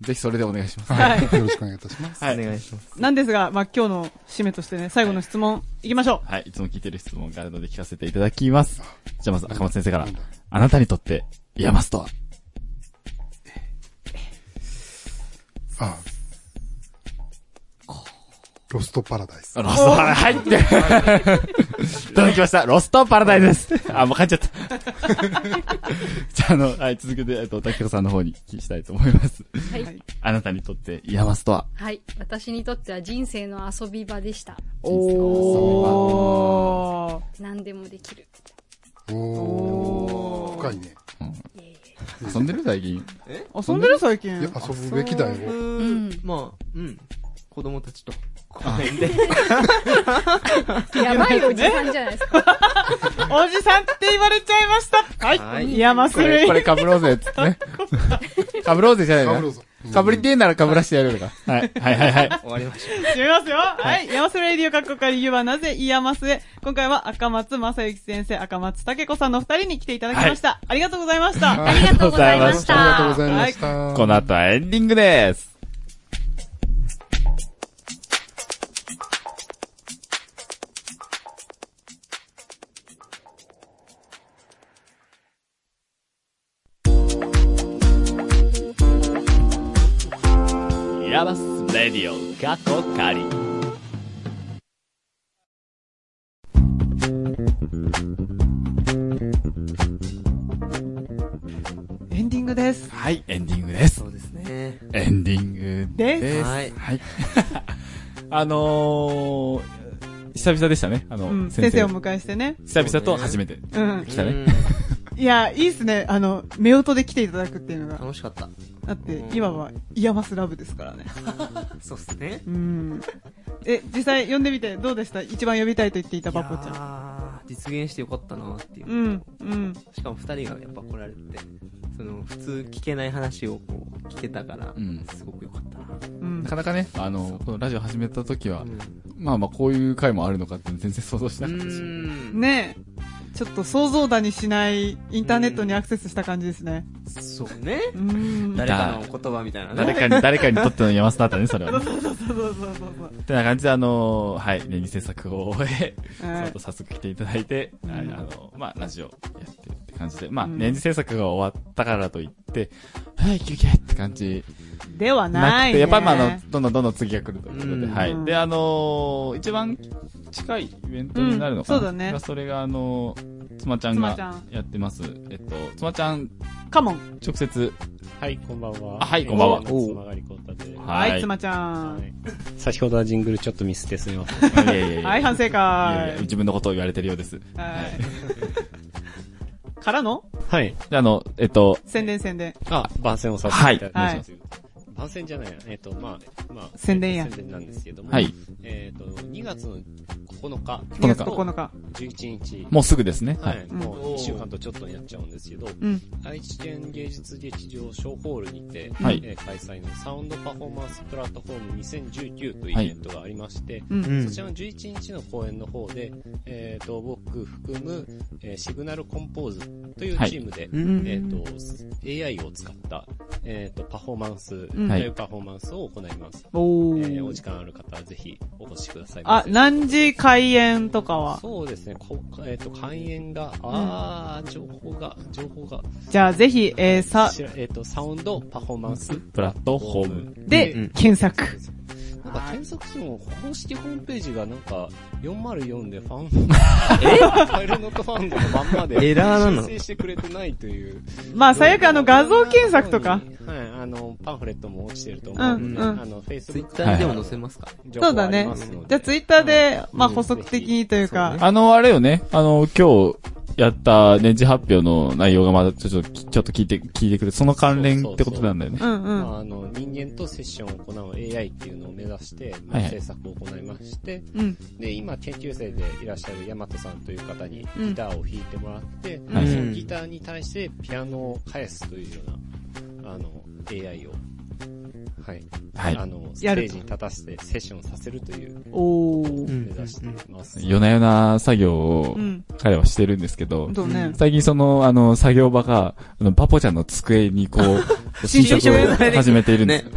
[SPEAKER 4] う、ぜひそれでお願いします。
[SPEAKER 2] はい。
[SPEAKER 5] よろしくお願いいたします。
[SPEAKER 4] はい
[SPEAKER 3] お願いします。
[SPEAKER 2] なんですが、まあ、今日の締めとしてね、最後の質問、いきましょ
[SPEAKER 4] はい、いつも聞いてる質問があるので聞かせていただきます。じゃあまず赤松先生から
[SPEAKER 5] なんだ、
[SPEAKER 4] あなたにとって、イヤマスとは
[SPEAKER 5] あロストパラダイス。
[SPEAKER 4] ロストパラ
[SPEAKER 5] [laughs]
[SPEAKER 4] ダイス入っていただきました。ロストパラダイスです。あ、もう帰っちゃった。 [laughs] じゃあ、あの、はい、続けて、えっと、竹子さんの方に聞きしたいと思います。
[SPEAKER 6] はい。
[SPEAKER 4] あなたにとって、イヤマスとは
[SPEAKER 6] はい。私にとっては人生の遊び場でした。
[SPEAKER 2] う。おー。
[SPEAKER 6] 何でもできる。
[SPEAKER 5] おー。深いね。
[SPEAKER 4] 遊んでる最近。
[SPEAKER 2] 遊んでる最近。
[SPEAKER 5] いや、遊ぶべきだよ。
[SPEAKER 3] うん。まあ、うん。子供たちと。公園で。
[SPEAKER 6] [laughs] やばいおじさんじゃないですか。
[SPEAKER 2] おじさんって言われちゃいました。はい。
[SPEAKER 3] はい
[SPEAKER 2] イヤマス
[SPEAKER 4] これ、
[SPEAKER 2] レ
[SPEAKER 4] これ被ろうぜ、つって [laughs] ね。被ろうぜじゃない
[SPEAKER 5] か
[SPEAKER 4] な
[SPEAKER 5] ぶ。ろうぞ。
[SPEAKER 4] 被りてえなら被らしてやるのか。はい、はい、はい、はい。
[SPEAKER 3] 終わりました。
[SPEAKER 2] 違いますよ。はい。山瀬レイディオかっこかりゆはなぜイヤマスへ。今回は赤松正幸先生、赤松武子さんの二人に来ていただきました。ありがとうございました。
[SPEAKER 6] ありがとうございまし
[SPEAKER 5] ありがとうご
[SPEAKER 6] た。
[SPEAKER 5] ざいました。
[SPEAKER 4] この後はエンディングです。
[SPEAKER 1] ヤバスレディオ過去仮
[SPEAKER 2] エンディングです。
[SPEAKER 4] はい、エンディングです。
[SPEAKER 3] そうですね。
[SPEAKER 4] エンディング
[SPEAKER 2] です
[SPEAKER 4] です。
[SPEAKER 3] は
[SPEAKER 2] はい。
[SPEAKER 3] い。
[SPEAKER 4] はい。 [laughs] あのー、久々でしたね。あの、
[SPEAKER 2] うん、
[SPEAKER 4] 先
[SPEAKER 2] 先
[SPEAKER 4] 生
[SPEAKER 2] 生を。お迎えしてね。
[SPEAKER 4] 久々と初めて
[SPEAKER 2] うん。
[SPEAKER 4] 来たね。
[SPEAKER 2] いや、いいっすね。あの、目音で来ていただくっていうのが。
[SPEAKER 3] 楽しかった。
[SPEAKER 2] だって
[SPEAKER 3] う、ん
[SPEAKER 2] 今は、イヤマスラブですからね。
[SPEAKER 3] そうっすね。
[SPEAKER 2] うん。え、実際呼んでみてどうでした一番呼びたいと言っていたバポちゃん。
[SPEAKER 3] ゃん。実現してよかったなっていう。
[SPEAKER 2] うん、うん。
[SPEAKER 3] しかも二人がやっぱ来られて、その、普通聞けない話をこう、聞けたから
[SPEAKER 4] う、ん。
[SPEAKER 3] すごくよかったな。
[SPEAKER 2] うん
[SPEAKER 4] なかなかね、あの、このラジオ始めた時は、
[SPEAKER 3] う
[SPEAKER 4] まあまあこういう回もあるのかって全然想像しなかったし。
[SPEAKER 3] ん。ね。
[SPEAKER 2] ねえ。ちょっと想像だにしないインターネットにアクセスした感じですね。
[SPEAKER 3] そうね。
[SPEAKER 2] うん。
[SPEAKER 3] 誰かのお言葉みたいなね。
[SPEAKER 4] 誰かに、誰かにとっての山下だったね、それは、ね。
[SPEAKER 2] そうそうそうそうそう。
[SPEAKER 4] ってな感じで、あのー、はい、レニ制作を終え、その
[SPEAKER 2] はい
[SPEAKER 4] 後早速来ていただいて、
[SPEAKER 2] ん
[SPEAKER 4] はいあの、まあ、ラジオやってるって感じで、まあ、
[SPEAKER 2] うん
[SPEAKER 4] 年次制作が終わったからといって、はい、休憩って感じ
[SPEAKER 2] では
[SPEAKER 4] な
[SPEAKER 2] な
[SPEAKER 4] く
[SPEAKER 2] い、
[SPEAKER 4] て、
[SPEAKER 2] ね。
[SPEAKER 4] やっぱりまあ、あの、どんどんどんどん次が来るということで、
[SPEAKER 3] うん
[SPEAKER 4] はい。で、あのー、一番近いイベントになるのかな、
[SPEAKER 2] うんそうだね
[SPEAKER 4] がそれが、あのー、つまちゃん
[SPEAKER 2] つまち
[SPEAKER 4] が
[SPEAKER 2] ゃん
[SPEAKER 4] やってます。えっと、つまちゃん、
[SPEAKER 2] カモン。
[SPEAKER 4] 直
[SPEAKER 2] [laughs]
[SPEAKER 4] 接、
[SPEAKER 7] はい、こんばんは。
[SPEAKER 4] あはいこんばんは
[SPEAKER 7] えーつまがりこうたで。
[SPEAKER 4] は。
[SPEAKER 2] はいい、つまちゃん。
[SPEAKER 7] はい先ほどはジングルちょっとミスってすみません。
[SPEAKER 4] いやいやいやいや
[SPEAKER 2] はい、反省
[SPEAKER 4] いやいや
[SPEAKER 2] 会。
[SPEAKER 4] 自分のことを言われてるようです。
[SPEAKER 2] はい。からの
[SPEAKER 7] はい。
[SPEAKER 4] で、あの、えっと、
[SPEAKER 2] 宣伝宣伝。
[SPEAKER 7] あ、番宣をさせていただき
[SPEAKER 2] はい
[SPEAKER 7] ます。番宣じゃないや、えっ、と、まあ、まあ、
[SPEAKER 2] 宣伝や
[SPEAKER 7] 宣伝なんですけども、
[SPEAKER 4] はい。
[SPEAKER 7] えっ、と、2月の9日、
[SPEAKER 2] 2月
[SPEAKER 4] 日
[SPEAKER 2] 9日。
[SPEAKER 7] 11日、
[SPEAKER 4] もうすぐですね。は。
[SPEAKER 7] はいい、
[SPEAKER 2] うん
[SPEAKER 7] もう1週間とちょっとになっちゃうんですけど、
[SPEAKER 2] うん。
[SPEAKER 7] 愛知県芸術劇場小ホールにて、
[SPEAKER 4] はい
[SPEAKER 7] えー開催のサウンドパフォーマンスプラットフォーム2019というイベントがありまして、
[SPEAKER 2] うん。
[SPEAKER 3] うん
[SPEAKER 7] そちらの11日の公演の方で、えー、と僕含む、えーシグナルコンポーズという
[SPEAKER 4] はい
[SPEAKER 7] チームで、
[SPEAKER 3] うん。
[SPEAKER 7] えー、と AI を使った、えー、とパフォーマンス、
[SPEAKER 2] ん
[SPEAKER 7] ライブパフォーマンスを行います。
[SPEAKER 2] お
[SPEAKER 7] えーお
[SPEAKER 2] ー
[SPEAKER 7] 時。間ある方はぜひお越しくださいま
[SPEAKER 2] あ、
[SPEAKER 7] せ。
[SPEAKER 2] 何時開演とかは
[SPEAKER 7] そうですね、こえっ、と、開演が、あー、情報が、情報が、
[SPEAKER 2] じゃあぜひ、えー、さ、
[SPEAKER 7] しらえっ、と、サウンド、パフォーマンス、
[SPEAKER 4] プラットフォーム。
[SPEAKER 2] で、
[SPEAKER 3] うん
[SPEAKER 2] 検索。
[SPEAKER 7] なんか検索しても、公式ホームページがなんか、404でファン、パイルノットファンドのまんまで、
[SPEAKER 3] エラーなの
[SPEAKER 7] 申請してくれてないという。
[SPEAKER 2] まあ、最悪あの画像検索とか。。
[SPEAKER 7] はい、あの、パンフレットも落ちてると思うので、
[SPEAKER 2] うんうん
[SPEAKER 7] あの、
[SPEAKER 3] ツイッ
[SPEAKER 7] Facebook
[SPEAKER 3] ターにでも載せますか
[SPEAKER 2] そうだね。じゃあツイッターで、まあ補足的にという
[SPEAKER 3] そう
[SPEAKER 2] か。
[SPEAKER 4] あの、あれよね。あの、今日やった年次発表の内容がまだちょっと、ちょっと聞いて、聞いてくる。その関連ってことなんだよね。
[SPEAKER 2] うんう
[SPEAKER 7] ま
[SPEAKER 2] ん。
[SPEAKER 7] あ、あの、人間とセッションを行う AI っていうのを目指して、ま
[SPEAKER 4] はい
[SPEAKER 7] あ
[SPEAKER 4] はい
[SPEAKER 7] 制作を行いまして、
[SPEAKER 2] うん。
[SPEAKER 7] で、今、研究生でいらっしゃるヤマトさんという方に
[SPEAKER 2] うん
[SPEAKER 7] ギターを弾いてもらって、
[SPEAKER 4] はい
[SPEAKER 7] そのギターに対してピアノを返すというような、あの、AI を、はい、
[SPEAKER 4] はい
[SPEAKER 7] あ。の、ステ
[SPEAKER 2] やる
[SPEAKER 7] ー
[SPEAKER 2] と
[SPEAKER 7] ジに立たせてセッションさせるという、
[SPEAKER 2] おー。
[SPEAKER 7] 目指しています。
[SPEAKER 4] 夜な夜な作業を
[SPEAKER 2] うん。
[SPEAKER 4] 彼はしてるんですけど、
[SPEAKER 2] そうね。
[SPEAKER 4] 最近その、あの、作業場が、あの、パポちゃんの机にこう、
[SPEAKER 2] 侵
[SPEAKER 4] 侵食
[SPEAKER 2] 食
[SPEAKER 4] を始めているんですよ。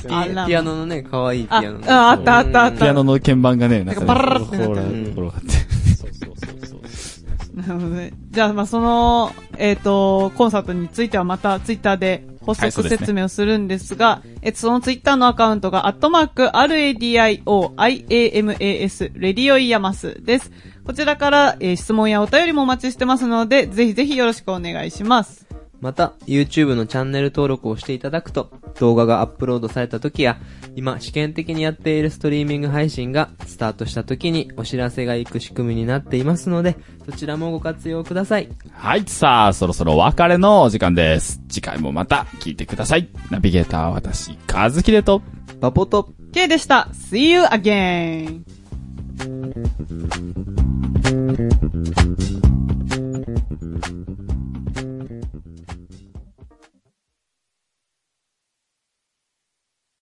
[SPEAKER 3] ピ
[SPEAKER 2] あら
[SPEAKER 3] ピアノのね、可愛いピ
[SPEAKER 2] あ、あ
[SPEAKER 3] アノの。
[SPEAKER 2] あったあったあっ
[SPEAKER 4] ピアノ
[SPEAKER 2] た。
[SPEAKER 4] の鍵盤がね、なんかね、
[SPEAKER 2] なんかバララってなっ
[SPEAKER 4] 転
[SPEAKER 2] て
[SPEAKER 4] が
[SPEAKER 2] る
[SPEAKER 4] って転がって。
[SPEAKER 7] そうそうそうそうそう。
[SPEAKER 2] なるほどね。じゃあ、まあその、えっと、コンサートについてはまたツイッターで補
[SPEAKER 4] はいそうで
[SPEAKER 2] 足
[SPEAKER 4] すね
[SPEAKER 2] 説明をするんですが、えっと、そのツイッターのアカウントが、アットマーク、RADIOIAMAS、レディオイヤマスです。こちらから、えー質問やお便りもお待ちしてますので、ぜひぜひよろしくお願いします。
[SPEAKER 3] また、YouTube のチャンネル登録をしていただくと、動画がアップロードされた時や、今試験的にやっているストリーミング配信がスタートした時にお知らせが行く仕組みになっていますので、そちらもご活用ください。
[SPEAKER 4] はい、さあ、そろそろお別れのお時間です。次回もまた聞いてください。ナビゲーターは私、カズキでと、
[SPEAKER 3] バポと、
[SPEAKER 2] K でした。See you again!